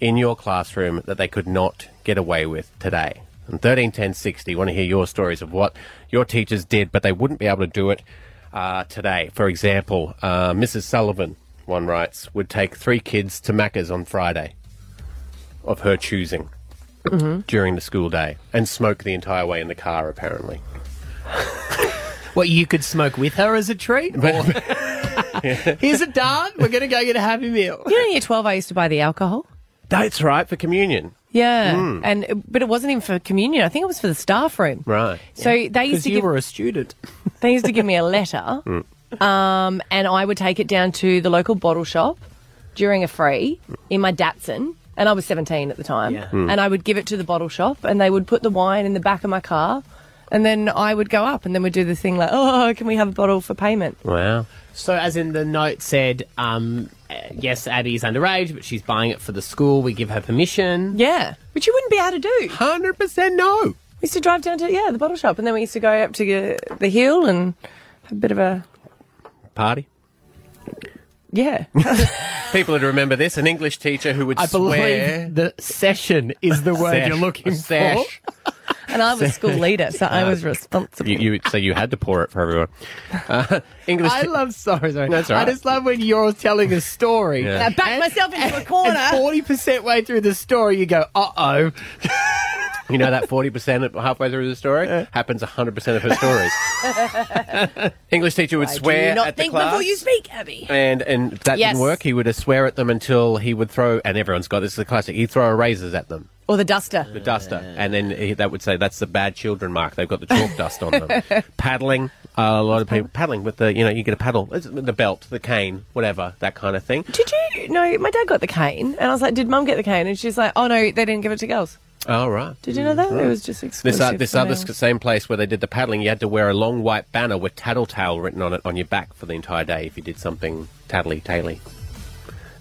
Speaker 3: in your classroom that they could not get away with today? And 13, 10, 60, want to hear your stories of what your teachers did, but they wouldn't be able to do it uh, today. For example, uh, Mrs. Sullivan, one writes, would take three kids to Macca's on Friday of her choosing during the school day and smoke the entire way in the car, apparently.
Speaker 2: What, you could smoke with her as a treat? Or- Here's a dart. We're going to go get a happy meal.
Speaker 4: You know, in year 12, I used to buy the alcohol.
Speaker 3: That's right, for communion.
Speaker 4: Yeah.
Speaker 3: Mm.
Speaker 4: and But it wasn't even for communion. I think it was for the staff room.
Speaker 3: Right.
Speaker 4: So they used
Speaker 2: Because
Speaker 4: to
Speaker 2: you
Speaker 4: give-
Speaker 2: were a student.
Speaker 4: They used to give me a letter,
Speaker 3: Mm.
Speaker 4: um, and I would take it down to the local bottle shop during a free in my Datsun. And I was 17 at the time.
Speaker 2: Yeah. Mm.
Speaker 4: And I would give it to the bottle shop, and they would put the wine in the back of my car. And then I would go up, and then we'd do the thing like, oh, can we have a bottle for payment?
Speaker 3: Wow.
Speaker 2: So, as in the note said, um, uh, yes, Abby is underage, but she's buying it for the school. We give her permission.
Speaker 4: Yeah. Which you wouldn't be able to do.
Speaker 3: 100% no.
Speaker 4: We used to drive down to, yeah, the bottle shop, and then we used to go up to uh, the hill and have a bit of a,
Speaker 3: Party.
Speaker 4: yeah.
Speaker 3: People would remember this an English teacher who would
Speaker 2: I believe
Speaker 3: swear.
Speaker 2: the session is the word
Speaker 3: Sesh.
Speaker 2: you're looking
Speaker 3: Sesh.
Speaker 2: for.
Speaker 4: And I was school leader, so I was responsible.
Speaker 3: Uh, You, you, so you had to pour it for everyone. Uh, English.
Speaker 2: I
Speaker 3: te-
Speaker 2: love sorry, sorry.
Speaker 3: That's all right.
Speaker 2: I just love when you're telling a story.
Speaker 3: Yeah.
Speaker 4: I backed myself into a corner.
Speaker 2: Forty percent way through the story, you go, "Uh oh."
Speaker 3: you know that 40% halfway through the story?
Speaker 4: Uh.
Speaker 3: Happens 100% of her stories. English teacher would swear
Speaker 4: Do not
Speaker 3: at
Speaker 4: think
Speaker 3: the class.
Speaker 4: before you speak, Abby.
Speaker 3: And and if that
Speaker 4: Yes.
Speaker 3: didn't work. He would swear at them until he would throw. And everyone's got this is the classic. He'd throw erasers at them,
Speaker 4: Or the duster.
Speaker 3: the duster, and then he, that would say that's the bad children mark. They've got the chalk dust on them. Paddling, uh, a lot of people paddling with the you know you get a paddle, it's the belt, the cane, whatever that kind of thing.
Speaker 4: Did you? No, my dad got the cane, and I was like, "Did Mum get the cane?" And she's like, "Oh no, they didn't give it to girls."
Speaker 3: All Oh, right.
Speaker 4: Did you know that it was just
Speaker 3: This,
Speaker 4: exclusive?
Speaker 3: uh, this
Speaker 4: for
Speaker 3: other
Speaker 4: males.
Speaker 3: sc- same place where they did the paddling, you had to wear a long white banner with tattletale written on it on your back for the entire day if you did something tattly taily.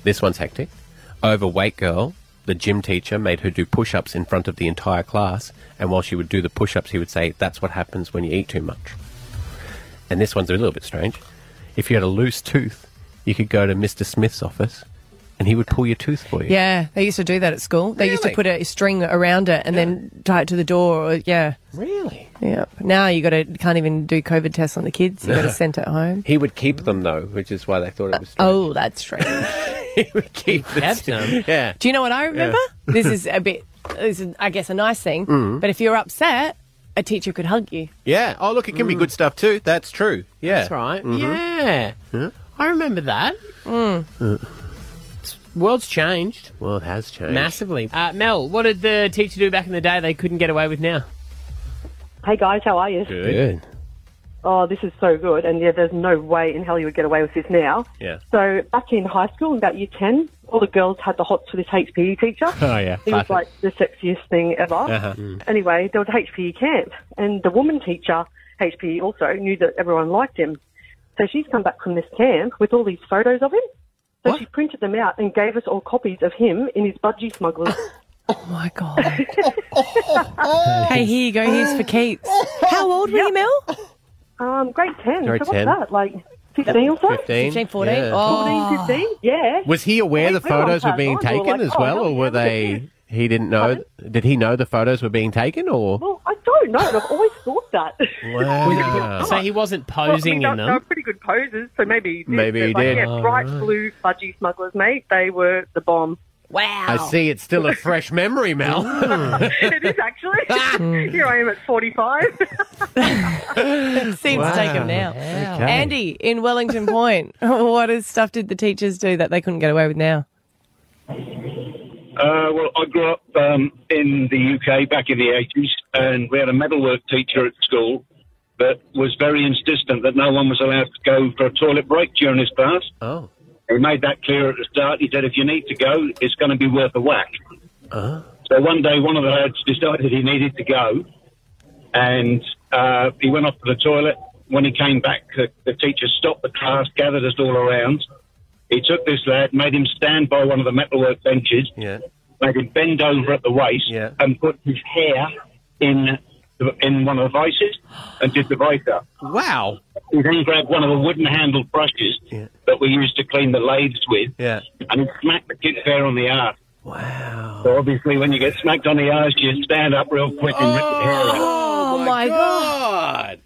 Speaker 3: This one's hectic. Overweight girl, the gym teacher made her do push ups in front of the entire class, and while she would do the push ups, he would say, That's what happens when you eat too much. And this one's a little bit strange. If you had a loose tooth, you could go to Mr. Smith's office and he would pull your tooth for you.
Speaker 4: Yeah, they used to do that at school. They used to
Speaker 3: Really?
Speaker 4: put a string around it and then tie it to the door. Or, yeah.
Speaker 3: Really?
Speaker 4: Yeah. But now you got to can't even do COVID tests on the kids. You got to send it home.
Speaker 3: He would keep them though, which is why they thought it was.
Speaker 4: Oh, that's strange.
Speaker 3: he would keep the them. Yeah.
Speaker 4: do you know what I remember?
Speaker 3: Yeah.
Speaker 4: This is a bit. This is, I guess, a nice thing.
Speaker 3: Mm.
Speaker 4: But if you're upset, a teacher could hug you.
Speaker 3: Yeah. Oh, look, it can be
Speaker 4: Mm.
Speaker 3: good stuff too. That's true. Yeah.
Speaker 2: That's right.
Speaker 3: Mhm.
Speaker 2: Yeah.
Speaker 3: Yeah.
Speaker 2: I remember that.
Speaker 4: Mm.
Speaker 3: Uh,
Speaker 2: World's changed
Speaker 3: well, it has changed.
Speaker 2: massively. Uh, Mel, what did the teacher do back in the day they couldn't get away with now?
Speaker 13: Hey guys, how are you?
Speaker 3: Good.
Speaker 13: Oh, this is so good. And yeah, there's no way in hell you would get away with this now.
Speaker 3: Yeah.
Speaker 13: So back in high school, in about year 10, all the girls had the hots for this HPE E teacher.
Speaker 3: Oh, yeah.
Speaker 13: He was
Speaker 3: Classic.
Speaker 13: like the sexiest thing ever.
Speaker 3: Uh-huh. Mm.
Speaker 13: Anyway, there was HPE E camp, and the woman teacher, HPE also, knew that everyone liked him. So she's come back from this camp with all these photos of him. So she printed them out and gave us all copies of him in his budgie smugglers.
Speaker 4: Oh my god. hey, here you go. Here's for Keats. How old were you, Mel?
Speaker 13: Um, grade 10.
Speaker 3: Grade
Speaker 13: so
Speaker 3: 10.
Speaker 13: what's that? Like 15 or so?
Speaker 3: 15, 15, 14? yeah. Oh.
Speaker 13: 14, 15? Yeah.
Speaker 3: Was he aware the
Speaker 13: We realised
Speaker 3: photos were
Speaker 13: that
Speaker 3: being
Speaker 13: time, we were
Speaker 3: taken
Speaker 13: like,
Speaker 3: as
Speaker 13: oh,
Speaker 3: well,
Speaker 13: no,
Speaker 3: or were they? He didn't know. Did he know the photos were being taken,
Speaker 4: Oh,
Speaker 3: or?
Speaker 13: Well, I don't know. and I've always thought that.
Speaker 3: Wow.
Speaker 2: So he wasn't posing
Speaker 13: well, I mean,
Speaker 2: in
Speaker 13: they're-
Speaker 2: them.
Speaker 13: They're pretty good poses, so maybe he did.
Speaker 3: Maybe
Speaker 13: but,
Speaker 3: he
Speaker 13: like,
Speaker 3: did.
Speaker 13: Yeah,
Speaker 3: Oh,
Speaker 13: bright
Speaker 3: right.
Speaker 13: blue budgie smugglers, mate. They were the bomb.
Speaker 4: Wow.
Speaker 3: I see. It's still a fresh memory, Mel.
Speaker 13: it is actually. Here I am at 45.
Speaker 4: Seems
Speaker 3: Wow.
Speaker 4: to take him now.
Speaker 3: Okay.
Speaker 4: Andy in Wellington Point. what is stuff did the teachers do that they couldn't get away with now?
Speaker 11: Uh, well, I grew up um, in the UK back in the 80s, and we had a metalwork teacher at school that was very insistent that no one was allowed to go for a toilet break during his class.
Speaker 3: Oh.
Speaker 11: He made that clear at the start. He said, if you need to go, it's going to be worth a whack.
Speaker 3: Oh.
Speaker 11: So one day, one of the lads decided he needed to go, and uh, he went off to the toilet. When he came back, the, the teacher stopped the class, gathered us all around. He took this lad, made him stand by one of the metalwork benches,
Speaker 3: yeah.
Speaker 11: made him bend over at the waist, and put his hair in the, in one of the vices and did the vise up.
Speaker 3: Wow.
Speaker 11: He then grabbed one of the wooden handled brushes that we used to clean the lathes with,
Speaker 3: Yeah.
Speaker 11: and he smacked the kid fair on the arse. Wow. So obviously, when you get smacked on the arse, you stand up real quick and rip your hair out.
Speaker 4: Oh, my
Speaker 3: god.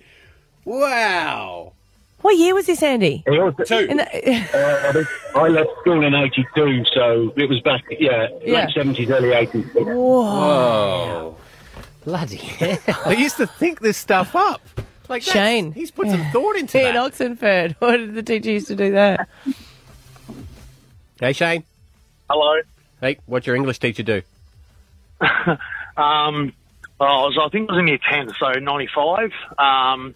Speaker 3: Wow.
Speaker 4: What year was this, Andy?
Speaker 11: He also-
Speaker 4: In the-
Speaker 11: Uh, I left school in '82, so it was back, yeah,
Speaker 4: Yeah.
Speaker 11: late '70s, early '80s.
Speaker 3: Whoa. Bloody hell. they used to think this stuff up. Like that's-
Speaker 4: Shane.
Speaker 3: He's put some thought into
Speaker 4: in
Speaker 3: that.
Speaker 4: Oxenford. What did the teacher used to do that?
Speaker 3: Hey, Shane.
Speaker 16: Hello.
Speaker 3: Hey, what's your English teacher do?
Speaker 16: Um, well, I, was, I think I was in year 10, so 95. Um,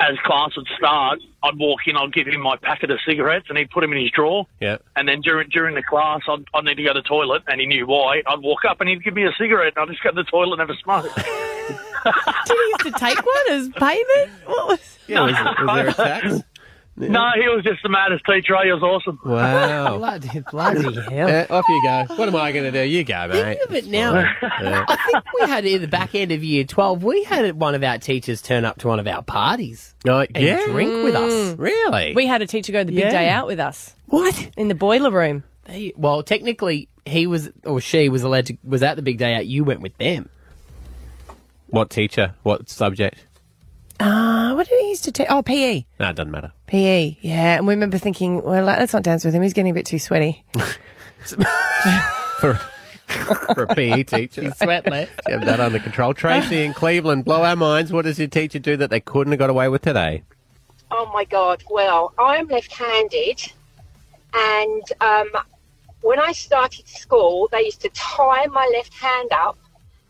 Speaker 16: as class would start, I'd walk in, I'd give him my packet of cigarettes, and he'd put them in his drawer.
Speaker 3: Yeah.
Speaker 16: And then during during the class, I'd, I'd need to go to the toilet, and he knew why. I'd walk up, and he'd give me a cigarette, and I'd just go to the toilet and have a smoke.
Speaker 4: Did he used to take one as payment? What was?
Speaker 16: Yeah, was- was there a tax? No, he was just the maddest teacher. He was awesome.
Speaker 3: Wow.
Speaker 2: bloody, bloody hell.
Speaker 3: Yeah, Eh, off you go. What am I going to do? You go, mate.
Speaker 2: Think of it
Speaker 3: It's
Speaker 2: now.
Speaker 3: fine. Yeah.
Speaker 2: I think we had in the back end of year 12, we had one of our teachers turn up to one of our parties
Speaker 3: Oh,
Speaker 2: and
Speaker 3: yeah?
Speaker 2: drink with us.
Speaker 4: Mm. We had a teacher go to the big
Speaker 2: Yeah.
Speaker 4: day out with us.
Speaker 2: What?
Speaker 4: In the boiler room.
Speaker 2: They, well, technically, he was or she was allowed to was at the big day out. You went with them.
Speaker 3: What teacher? What subject?
Speaker 4: Ah, what did he used to take? Oh, PE.
Speaker 3: No, it doesn't matter.
Speaker 4: PE, E, yeah. And we remember thinking, well, let's not dance with him. He's getting a bit too sweaty.
Speaker 3: For, for a PE teacher.
Speaker 2: She's sweatless.
Speaker 3: You have that under control. Tracy in Cleveland, blow our minds. What does your teacher do that they couldn't have got away with today?
Speaker 17: Oh my God. Well, I'm left handed. And um, when I started school, they used to tie my left hand up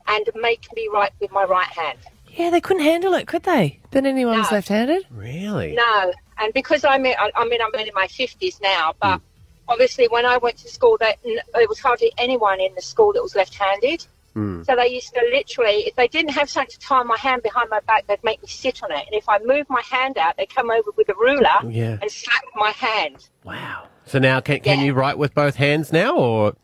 Speaker 17: and make me write with my right hand.
Speaker 4: Yeah, they couldn't handle it, could they? That anyone was left handed?
Speaker 3: Really?
Speaker 17: No. And because I'm in, I I mean, I'm in my 50s now, but obviously when I went to school, that there was hardly anyone in the school that was left handed. So they used to literally, if they didn't have something to tie my hand behind my back, they'd make me sit on it. And if I moved my hand out, they'd come over with a ruler
Speaker 3: Yeah.
Speaker 17: and slap my hand.
Speaker 3: So now, can, can you write with both hands now, or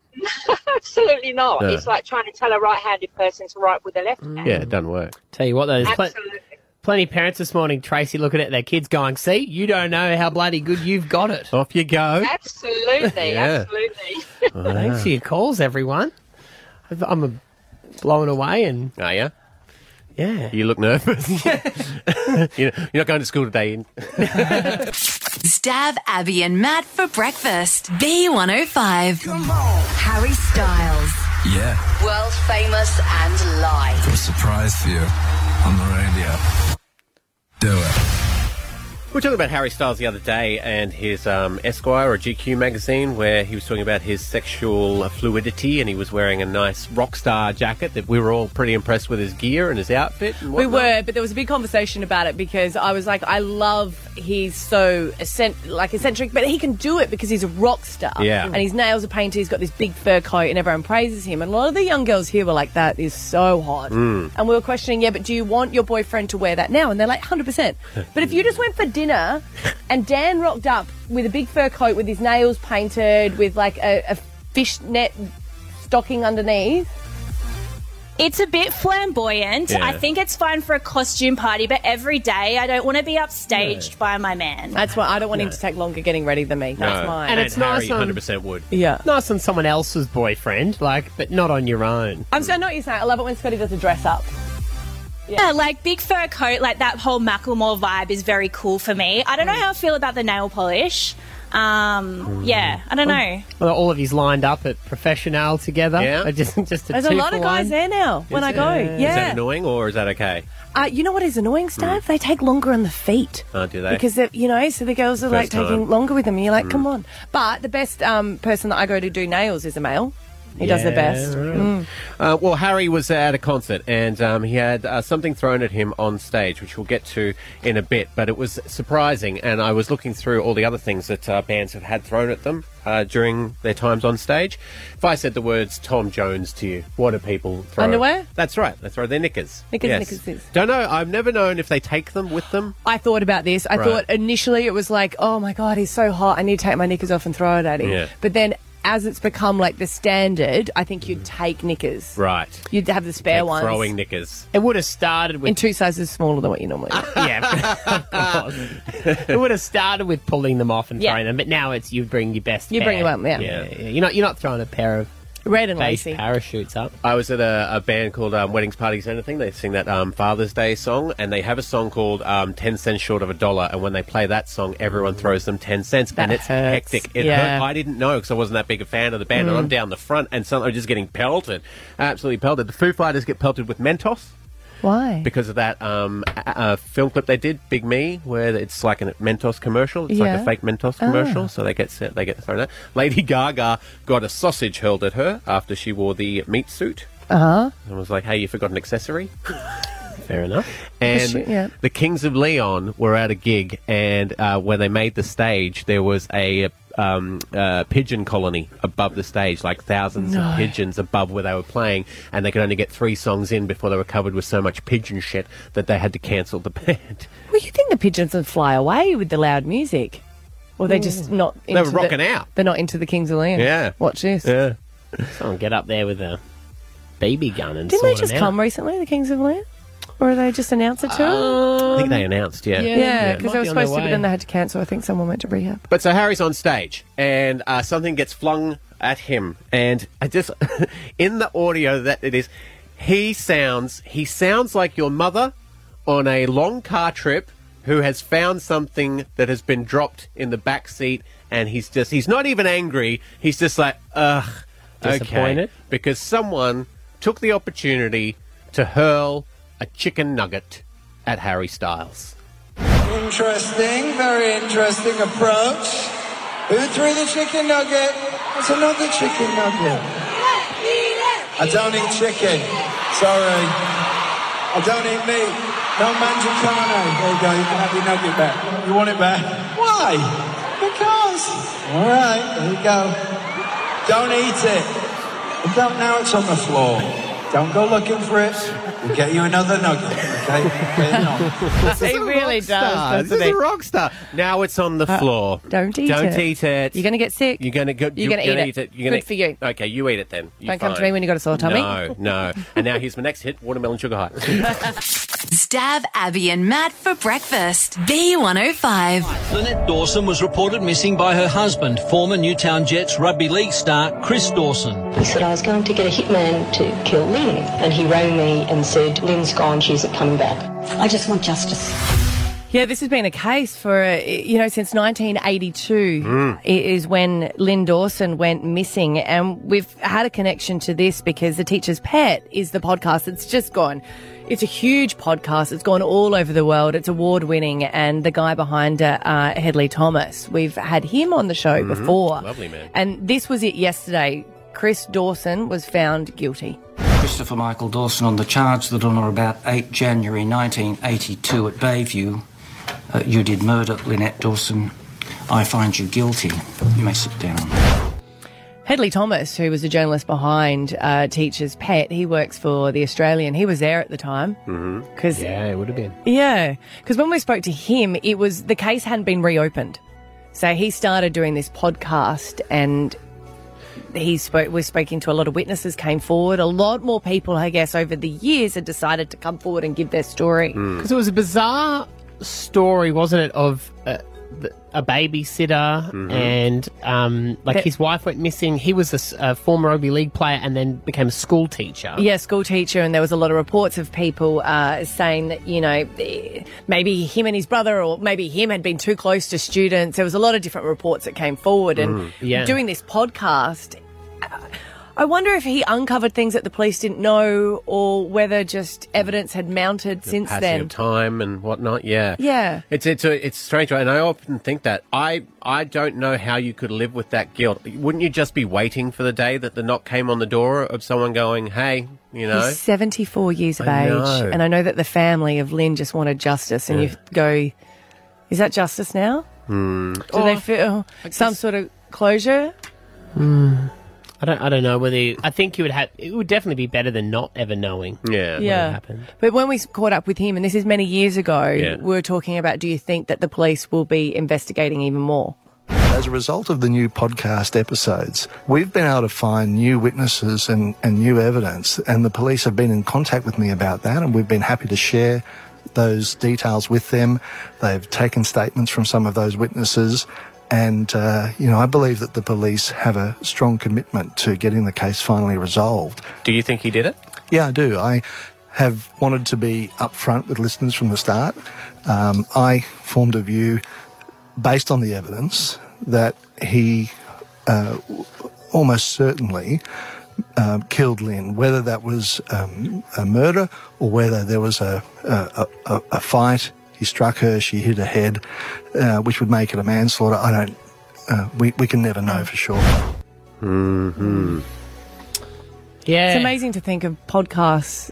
Speaker 17: Absolutely not.
Speaker 3: No.
Speaker 17: It's like trying to tell a right-handed person to write with a left hand.
Speaker 3: yeah, it doesn't work.
Speaker 2: Tell you what, though, there's pl-
Speaker 17: Absolutely.
Speaker 2: plenty of parents this morning, Tracy, looking at their kids going, see, you don't know how bloody good you've got it.
Speaker 3: Off you go.
Speaker 17: Absolutely,
Speaker 2: Yeah.
Speaker 17: absolutely.
Speaker 2: Thanks for your calls, everyone. I've- I'm a- blown away and.
Speaker 3: Are you?
Speaker 2: Yeah.
Speaker 3: You look nervous. you're you're not going to school today. Ian.
Speaker 5: Stab Abby and Matt for breakfast. B105. Come on. Harry Styles.
Speaker 9: Yeah,
Speaker 5: World famous and live.
Speaker 9: got a surprise for you on the radio. Do it.
Speaker 3: We were talking about Harry Styles the other day and his um, Esquire or GQ magazine, where he was talking about his sexual fluidity, and he was wearing a nice rock star jacket that we were all pretty impressed with his gear and his outfit. And
Speaker 4: We
Speaker 3: whatnot.
Speaker 4: were, but there was a big conversation about it because I was like, I love he's so eccent- like eccentric, but he can do it because he's a rock star.
Speaker 3: Yeah.
Speaker 4: And his nails are painted, he's got this big fur coat, and everyone praises him. And a lot of the young girls here were like, that is so hot.
Speaker 17: Mm.
Speaker 4: And we were questioning, yeah, but do you want your boyfriend to wear that now? And they're like, 100%. but if you just went for dinner and Dan rocked up with a big fur coat with his nails painted, with like a, a fishnet stocking underneath,
Speaker 18: It's a bit flamboyant.
Speaker 4: Yeah.
Speaker 18: I think it's fine for a costume party, but every day I don't want to be upstaged by my man.
Speaker 4: That's why I don't want him to take longer getting ready than me. That's mine.
Speaker 2: And it's nice. on-
Speaker 4: Yeah.
Speaker 2: Nice on someone else's boyfriend, like, but not on your own.
Speaker 4: I'm so I know what you're saying. I love it when Scotty does a dress up.
Speaker 18: Yeah. like big fur coat, like that whole Macklemore vibe is very cool for me. I don't
Speaker 4: Mm.
Speaker 18: know how I feel about the nail polish. Um, yeah, I don't know.
Speaker 2: Well, all of you's lined up at professional together.
Speaker 3: Yeah.
Speaker 2: Uh, Just, just a
Speaker 4: There's a
Speaker 2: two
Speaker 4: lot
Speaker 2: for
Speaker 4: of guys
Speaker 2: one.
Speaker 4: there now when I
Speaker 2: Is
Speaker 4: go.
Speaker 2: it?
Speaker 3: Is
Speaker 4: Yeah.
Speaker 3: that annoying or is that okay?
Speaker 4: Uh, you know what is annoying, Stav? They take longer on the feet.
Speaker 3: Mm. Oh, do they?
Speaker 4: Because, they're- you know, so the girls are like
Speaker 3: First time.
Speaker 4: taking longer with them. And you're like,
Speaker 3: Mm.
Speaker 4: come on. But the best um, person that I go to do nails is a male. He does the
Speaker 3: Yeah,
Speaker 4: best.
Speaker 3: right.
Speaker 4: Mm.
Speaker 3: Uh, well, Harry was at a concert and um, he had uh, something thrown at him on stage, which we'll get to in a bit. But it was surprising, and I was looking through all the other things that uh, bands have had thrown at them uh, during their times on stage. If I said the words Tom Jones to you, what do people throw?
Speaker 4: Underwear?
Speaker 3: That's right. That's right. They're knickers.
Speaker 4: Knickers,
Speaker 3: Yes.
Speaker 4: knickers, yes.
Speaker 3: Don't know. I've never known if they take them with them.
Speaker 4: I thought about this. I
Speaker 3: Right.
Speaker 4: thought initially it was like, oh my God, he's so hot. I need to take my knickers off and throw it at him.
Speaker 3: Yeah.
Speaker 4: But then as it's become like the standard, I think you'd take knickers.
Speaker 3: Mm. Right.
Speaker 4: You'd have the spare
Speaker 3: Take
Speaker 4: ones.
Speaker 3: Throwing knickers.
Speaker 2: It would have started with
Speaker 4: in two sizes smaller than what you normally.
Speaker 2: yeah, it would have started with pulling them off and
Speaker 4: Yeah.
Speaker 2: throwing them, but now it's you bring your best.
Speaker 4: You bring
Speaker 2: pair.
Speaker 4: your own, yeah.
Speaker 2: yeah, yeah. You're not you're not throwing a pair of
Speaker 4: Red and
Speaker 2: base
Speaker 4: lacy.
Speaker 2: parachutes up.
Speaker 3: I was at a, a band called um, Weddings, Parties, Anything. They sing that um, Father's Day song, and they have a song called um, 10 Cents Short of a Dollar. And when they play that song, everyone throws them 10 cents,
Speaker 2: That
Speaker 3: and it's
Speaker 2: hurts.
Speaker 3: hectic. It
Speaker 2: Yeah.
Speaker 3: hurt. I didn't know because I wasn't that big a fan of the band, and
Speaker 2: Mm.
Speaker 3: I'm down the front, and suddenly I'm just getting pelted. Absolutely pelted. The Foo Fighters get pelted with Mentos
Speaker 4: Why?
Speaker 3: because of that um, a- a film clip they did, Big Me, where it's like a Mentos commercial. It's like
Speaker 4: Yeah.
Speaker 3: a fake Mentos
Speaker 4: Ah.
Speaker 3: commercial, so they get sent- they get thrown out. Lady Gaga got a sausage hurled at her after she wore the meat suit.
Speaker 4: Uh huh.
Speaker 3: And was like, hey, you forgot an accessory? Fair enough. And
Speaker 4: Shoot, yeah.
Speaker 3: the Kings of Leon were at a gig, and uh, when they made the stage, there was a um, uh, pigeon colony above the stage, like thousands
Speaker 2: No.
Speaker 3: of pigeons above where they were playing, and they could only get three songs in before they were covered with so much pigeon shit that they had to cancel the band.
Speaker 4: Well, you think the pigeons would fly away with the loud music, or they just
Speaker 2: Mm.
Speaker 4: not?
Speaker 2: They were
Speaker 4: into the-
Speaker 2: rocking out.
Speaker 4: They're not into the Kings of Leon.
Speaker 2: Yeah.
Speaker 4: Watch this.
Speaker 3: Yeah.
Speaker 2: Someone get up there with a BB gun and
Speaker 4: Didn't
Speaker 2: sort
Speaker 4: they
Speaker 2: them
Speaker 4: just
Speaker 2: out.
Speaker 4: come recently, the Kings of Leon, or did they just announce it to
Speaker 3: Um, I
Speaker 4: us?
Speaker 3: think they announced, yeah.
Speaker 4: Yeah, because they were supposed to, but
Speaker 3: be
Speaker 4: then they had to cancel. I think someone went to rehab.
Speaker 3: But so Harry's on stage, and uh, something gets flung at him, and I just in the audio that it is, he sounds he sounds like your mother on a long car trip who has found something that has been dropped in the back seat, and he's just he's not even angry, he's just like ugh, okay."
Speaker 2: Disappointed?
Speaker 3: because someone took the opportunity to hurl a chicken nugget at Harry Styles.
Speaker 19: Interesting, very interesting approach. Who threw the chicken nugget? It's another chicken nugget. I don't eat chicken. Sorry. I don't eat meat. No mangiacano. There you go. You can have your nugget back. You want it back? Why? Because. All right. There you go. Don't eat it. And don't now it's on the floor. Don't go looking for it. We'll get you another nugget. They, they're not.
Speaker 2: He really does,
Speaker 3: This
Speaker 2: doesn't
Speaker 3: is
Speaker 2: he?
Speaker 3: a rock star. Now it's on the floor.
Speaker 4: Uh, don't eat
Speaker 3: Don't
Speaker 4: it.
Speaker 3: eat it.
Speaker 4: You're gonna get sick.
Speaker 3: You're gonna go.
Speaker 4: You're gonna eat it.
Speaker 3: You're gonna
Speaker 4: Good for you.
Speaker 3: Okay, you eat it then. You
Speaker 4: Don't come to
Speaker 3: fine.
Speaker 4: me when you got a sore tummy.
Speaker 3: No, no. And now here's my next hit: watermelon sugar high.
Speaker 5: Stab Abby and Matt for breakfast. B105.
Speaker 20: Lynette Dawson was reported missing by her husband, former Newtown Jets rugby league star Chris Dawson.
Speaker 21: He said I was going to get a hitman to kill Lynn, and he rang me and said, Lynn's gone, she isn't coming back. I just want justice.
Speaker 4: Yeah, this has been a case for, uh, you know, since 1982
Speaker 8: Hmm.
Speaker 20: Mm.
Speaker 4: it is when Lynn Dawson went missing. And we've had a connection to this because The Teacher's Pet is the podcast that's just gone. It's a huge podcast. It's gone all over the world. It's award winning. And the guy behind it, uh, Headley Thomas, we've had him on the show
Speaker 8: Mhm.
Speaker 4: before.
Speaker 8: Lovely man.
Speaker 4: And this was it yesterday. Chris Dawson was found guilty.
Speaker 8: Christopher Michael Dawson on the charge that on or about 8 January 1982 at Bayview, uh, you did murder Lynette Dawson. I find you guilty. You may sit down.
Speaker 4: Hedley Thomas, who was a journalist behind uh, Teacher's Pet, he works for The Australian. He was there at the time. Cause
Speaker 2: yeah, it would have been.
Speaker 4: Yeah, because when we spoke to him, it was the case hadn't been reopened. So he started doing this podcast and he spoke we're speaking to a lot of witnesses came forward a lot more people i guess over the years had decided to come forward and give their story
Speaker 2: Because it was a bizarre story, wasn't it, of a, th- a babysitter
Speaker 4: Mhm.
Speaker 2: and um, like
Speaker 4: But-
Speaker 2: his wife went missing. He was a s- a, former rugby league player and then became a school teacher.
Speaker 4: Yeah, school teacher, and there was a lot of reports of people uh, saying that you know eh, maybe him and his brother, or maybe him had been too close to students. There was a lot of different reports that came forward, and
Speaker 2: Mm, yeah.
Speaker 4: doing this podcast. uh, I wonder if he uncovered things that the police didn't know, or whether just evidence had mounted since
Speaker 3: passing
Speaker 4: then.
Speaker 3: of time and whatnot. Yeah,
Speaker 4: Yeah.
Speaker 3: It's it's a, it's strange, right? and I often think that I I don't know how you could live with that guilt. Wouldn't you just be waiting for the day that the knock came on the door of someone going, "Hey, you know,
Speaker 4: He's 74 years of
Speaker 3: I
Speaker 4: age,
Speaker 3: know.
Speaker 4: and I know that the family of Lynn just wanted justice, and
Speaker 3: Yeah.
Speaker 4: you go, is that justice now?
Speaker 3: hmm.
Speaker 4: Do they feel some sort of closure?
Speaker 2: I don't. I don't know whether. You, I think you would have. It would definitely be better than not ever knowing.
Speaker 3: Yeah.
Speaker 2: What
Speaker 4: Yeah.
Speaker 2: Had happened.
Speaker 4: But when we s- caught up with him, and this is many years ago,
Speaker 2: Yeah.
Speaker 4: we were talking about do you think that the police will be investigating even more?
Speaker 22: As a result of the new podcast episodes, we've been able to find new witnesses and, and new evidence, and the police have been in contact with me about that, and we've been happy to share those details with them. They've taken statements from some of those witnesses, and uh, you know I believe that the police have a strong commitment to getting the case finally resolved.
Speaker 3: Do you think he did it?
Speaker 22: Yeah, I do. I have wanted to be upfront with listeners from the start. Um, I formed a view based on the evidence that he uh, w- almost certainly um, killed Lynn, whether that was um, a murder or whether there was a, a, a, a- a fight. He struck her, she hit her head, uh, which would make it a manslaughter. I don't, uh, we, we can never know for sure.
Speaker 3: Mm-hmm.
Speaker 2: Yeah.
Speaker 4: It's amazing to think of podcasts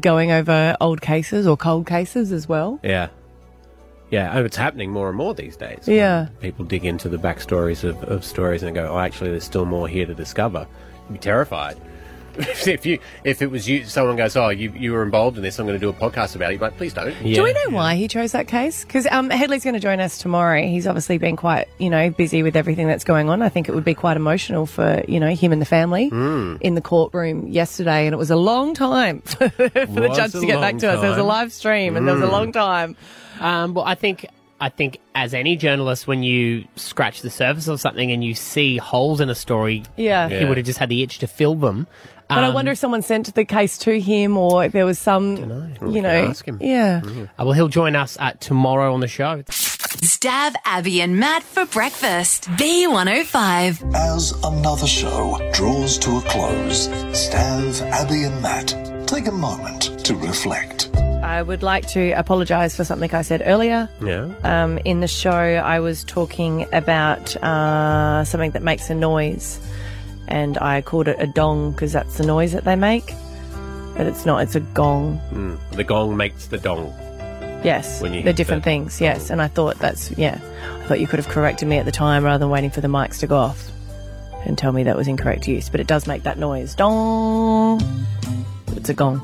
Speaker 4: going over old cases or cold cases as well.
Speaker 3: Yeah. Yeah, and it's happening more and more these days.
Speaker 4: Yeah.
Speaker 3: People dig into the backstories of, of stories and go, oh, actually, there's still more here to discover. You'd be terrified. if you, if it was you, someone goes, oh, you, you were involved in this, I'm going to do a podcast about it. But please don't.
Speaker 4: Do we know why he chose that case? Because um, Headley's going to join us tomorrow. He's obviously been quite, you know, busy with everything that's going on. I think it would be quite emotional for, you know, him and the family
Speaker 2: Hmm.
Speaker 3: Mm.
Speaker 4: in the courtroom yesterday. And it was a long time for the
Speaker 2: Was
Speaker 4: judge
Speaker 2: a
Speaker 4: to get back
Speaker 2: long
Speaker 4: to us. It was a
Speaker 2: time.
Speaker 4: live stream and there was a
Speaker 2: Mm.
Speaker 4: long time.
Speaker 2: Um, well, I think I think as any journalist, when you scratch the surface of something and you see holes in a story,
Speaker 4: Yeah.
Speaker 2: he
Speaker 4: Yeah.
Speaker 2: would have just had the itch to fill them.
Speaker 4: But I
Speaker 2: Um,
Speaker 4: wonder if someone sent the case to him or if there was some, you know, yeah.
Speaker 2: Uh, well, he'll join us uh, tomorrow on the show.
Speaker 5: Stab Abby and Matt for breakfast. B105.
Speaker 1: As another show draws to a close, Stav, Abby, and Matt take a moment to reflect.
Speaker 4: I would like to apologise for something I said earlier.
Speaker 3: Yeah.
Speaker 4: Um, in the show, I was talking about uh, something that makes a noise, and I called it a dong because that's the noise that they make. But it's not; it's a gong.
Speaker 3: Mm. The gong makes the dong.
Speaker 4: Yes,
Speaker 3: When you
Speaker 4: they're
Speaker 3: hit
Speaker 4: different
Speaker 3: the
Speaker 4: things. Yes, and I thought that's yeah. I thought you could have corrected me at the time rather than waiting for the mics to go off and tell me that was incorrect use. But it does make that noise. Dong. It's a gong.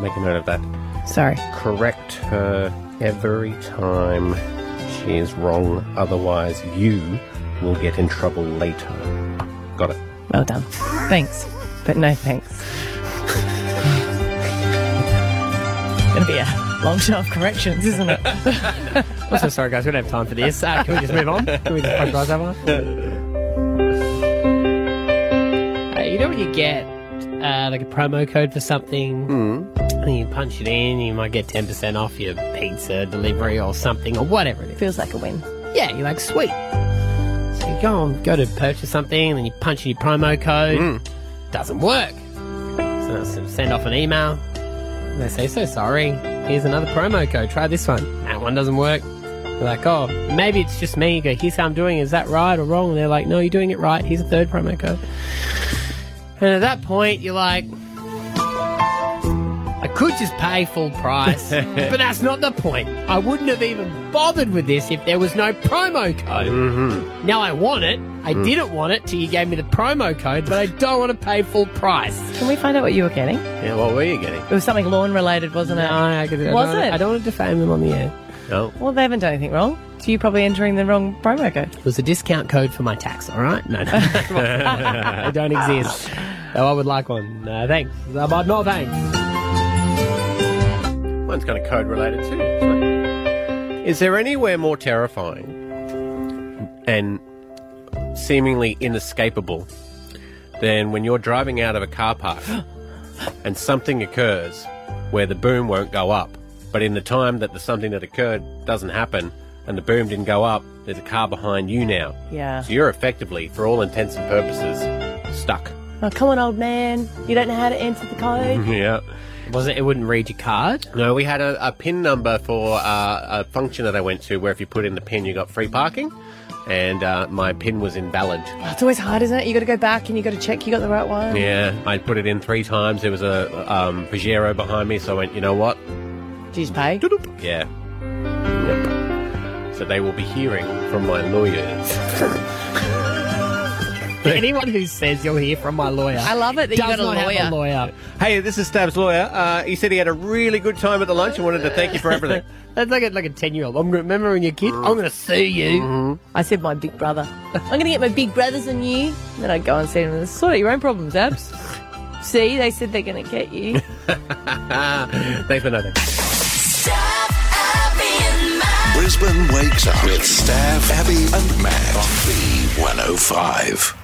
Speaker 3: Make a note of that.
Speaker 23: Sorry.
Speaker 3: Correct her every time she is wrong, otherwise, you will get in trouble later. Got it.
Speaker 23: Well done. Thanks, but no thanks. Gonna be a long show of corrections, isn't it?
Speaker 2: I'm so sorry, guys. We don't have time for this. Uh, can we just move on? Can we just polarise that one? Uh, you know when you get uh, like a promo code for something, and you punch it in, you might get 10% off your pizza delivery or something or whatever it is.
Speaker 23: Feels like a win.
Speaker 2: Yeah, you're like, sweet. So you go on, go to purchase something, and then you punch in your promo code. Doesn't work. So I sort of send off an email. They say, so sorry. Here's another promo code. Try this one. That one doesn't work. They're like, oh, maybe it's just me. You go, here's how I'm doing. it. Is that right or wrong? And they're like, no, you're doing it right. Here's a third promo code. And at that point, you're like, I could just pay full price, but that's not the point. I wouldn't have even bothered with this if there was no promo code. Now I want it. I
Speaker 23: Mm.
Speaker 2: didn't want it till you gave me the promo code, but I don't want to pay full price.
Speaker 23: Can we find out what you were getting?
Speaker 3: Yeah, what were you getting?
Speaker 23: It was something lawn related, wasn't it?
Speaker 2: No, I could, I
Speaker 23: Was
Speaker 2: don't,
Speaker 23: it?
Speaker 2: I don't want to defame them on the air.
Speaker 3: No.
Speaker 23: Well, they haven't done anything wrong. So you're probably entering the wrong promo code.
Speaker 2: It was a discount code for my tax, all right? No, no. they don't exist. Oh, I would like one. No, thanks. Uh, But no, thanks.
Speaker 3: Mine's kind of code related too. actually. Is there anywhere more terrifying and seemingly inescapable than when you're driving out of a car park and something occurs where the boom won't go up, but in the time that the something that occurred doesn't happen and the boom didn't go up, there's a car behind you now.
Speaker 23: Yeah.
Speaker 3: So you're effectively, for all intents and purposes, stuck.
Speaker 23: Oh, come on, old man. You don't know how to enter the code.
Speaker 3: Mm-hmm, yeah.
Speaker 2: Was it? It wouldn't read your card.
Speaker 3: No, we had a, a pin number for uh, a function that I went to, where if you put in the pin, you got free parking, and uh, my pin was invalid.
Speaker 23: Oh, it's always hard, isn't it? You got to go back and you got to check you got the right one.
Speaker 3: Yeah, I put it in three times. There was a um, Pajero behind me, so I went, you know what?
Speaker 23: Did you just pay?
Speaker 3: Yeah. Yep. So they will be hearing from my lawyers.
Speaker 2: Anyone who says you'll hear from my lawyer.
Speaker 23: I love it that you
Speaker 2: does
Speaker 23: got a
Speaker 2: not have
Speaker 23: lawyer.
Speaker 3: Hey, this is Stab's lawyer. Uh, he said he had a really good time at the lunch and wanted to thank you for everything.
Speaker 2: That's like a, like a 10 year old. I'm gonna, remember when you're a kid? I'm going to sue you.
Speaker 23: I said my big brother. I'm going to get my big brothers and you. And then I'd go and see them. and Sort out your own problems, Abs. see, they said they're going to get you.
Speaker 3: Thanks for nothing.
Speaker 1: oh Brisbane wakes up with Stav, Abby, and Matt on B105.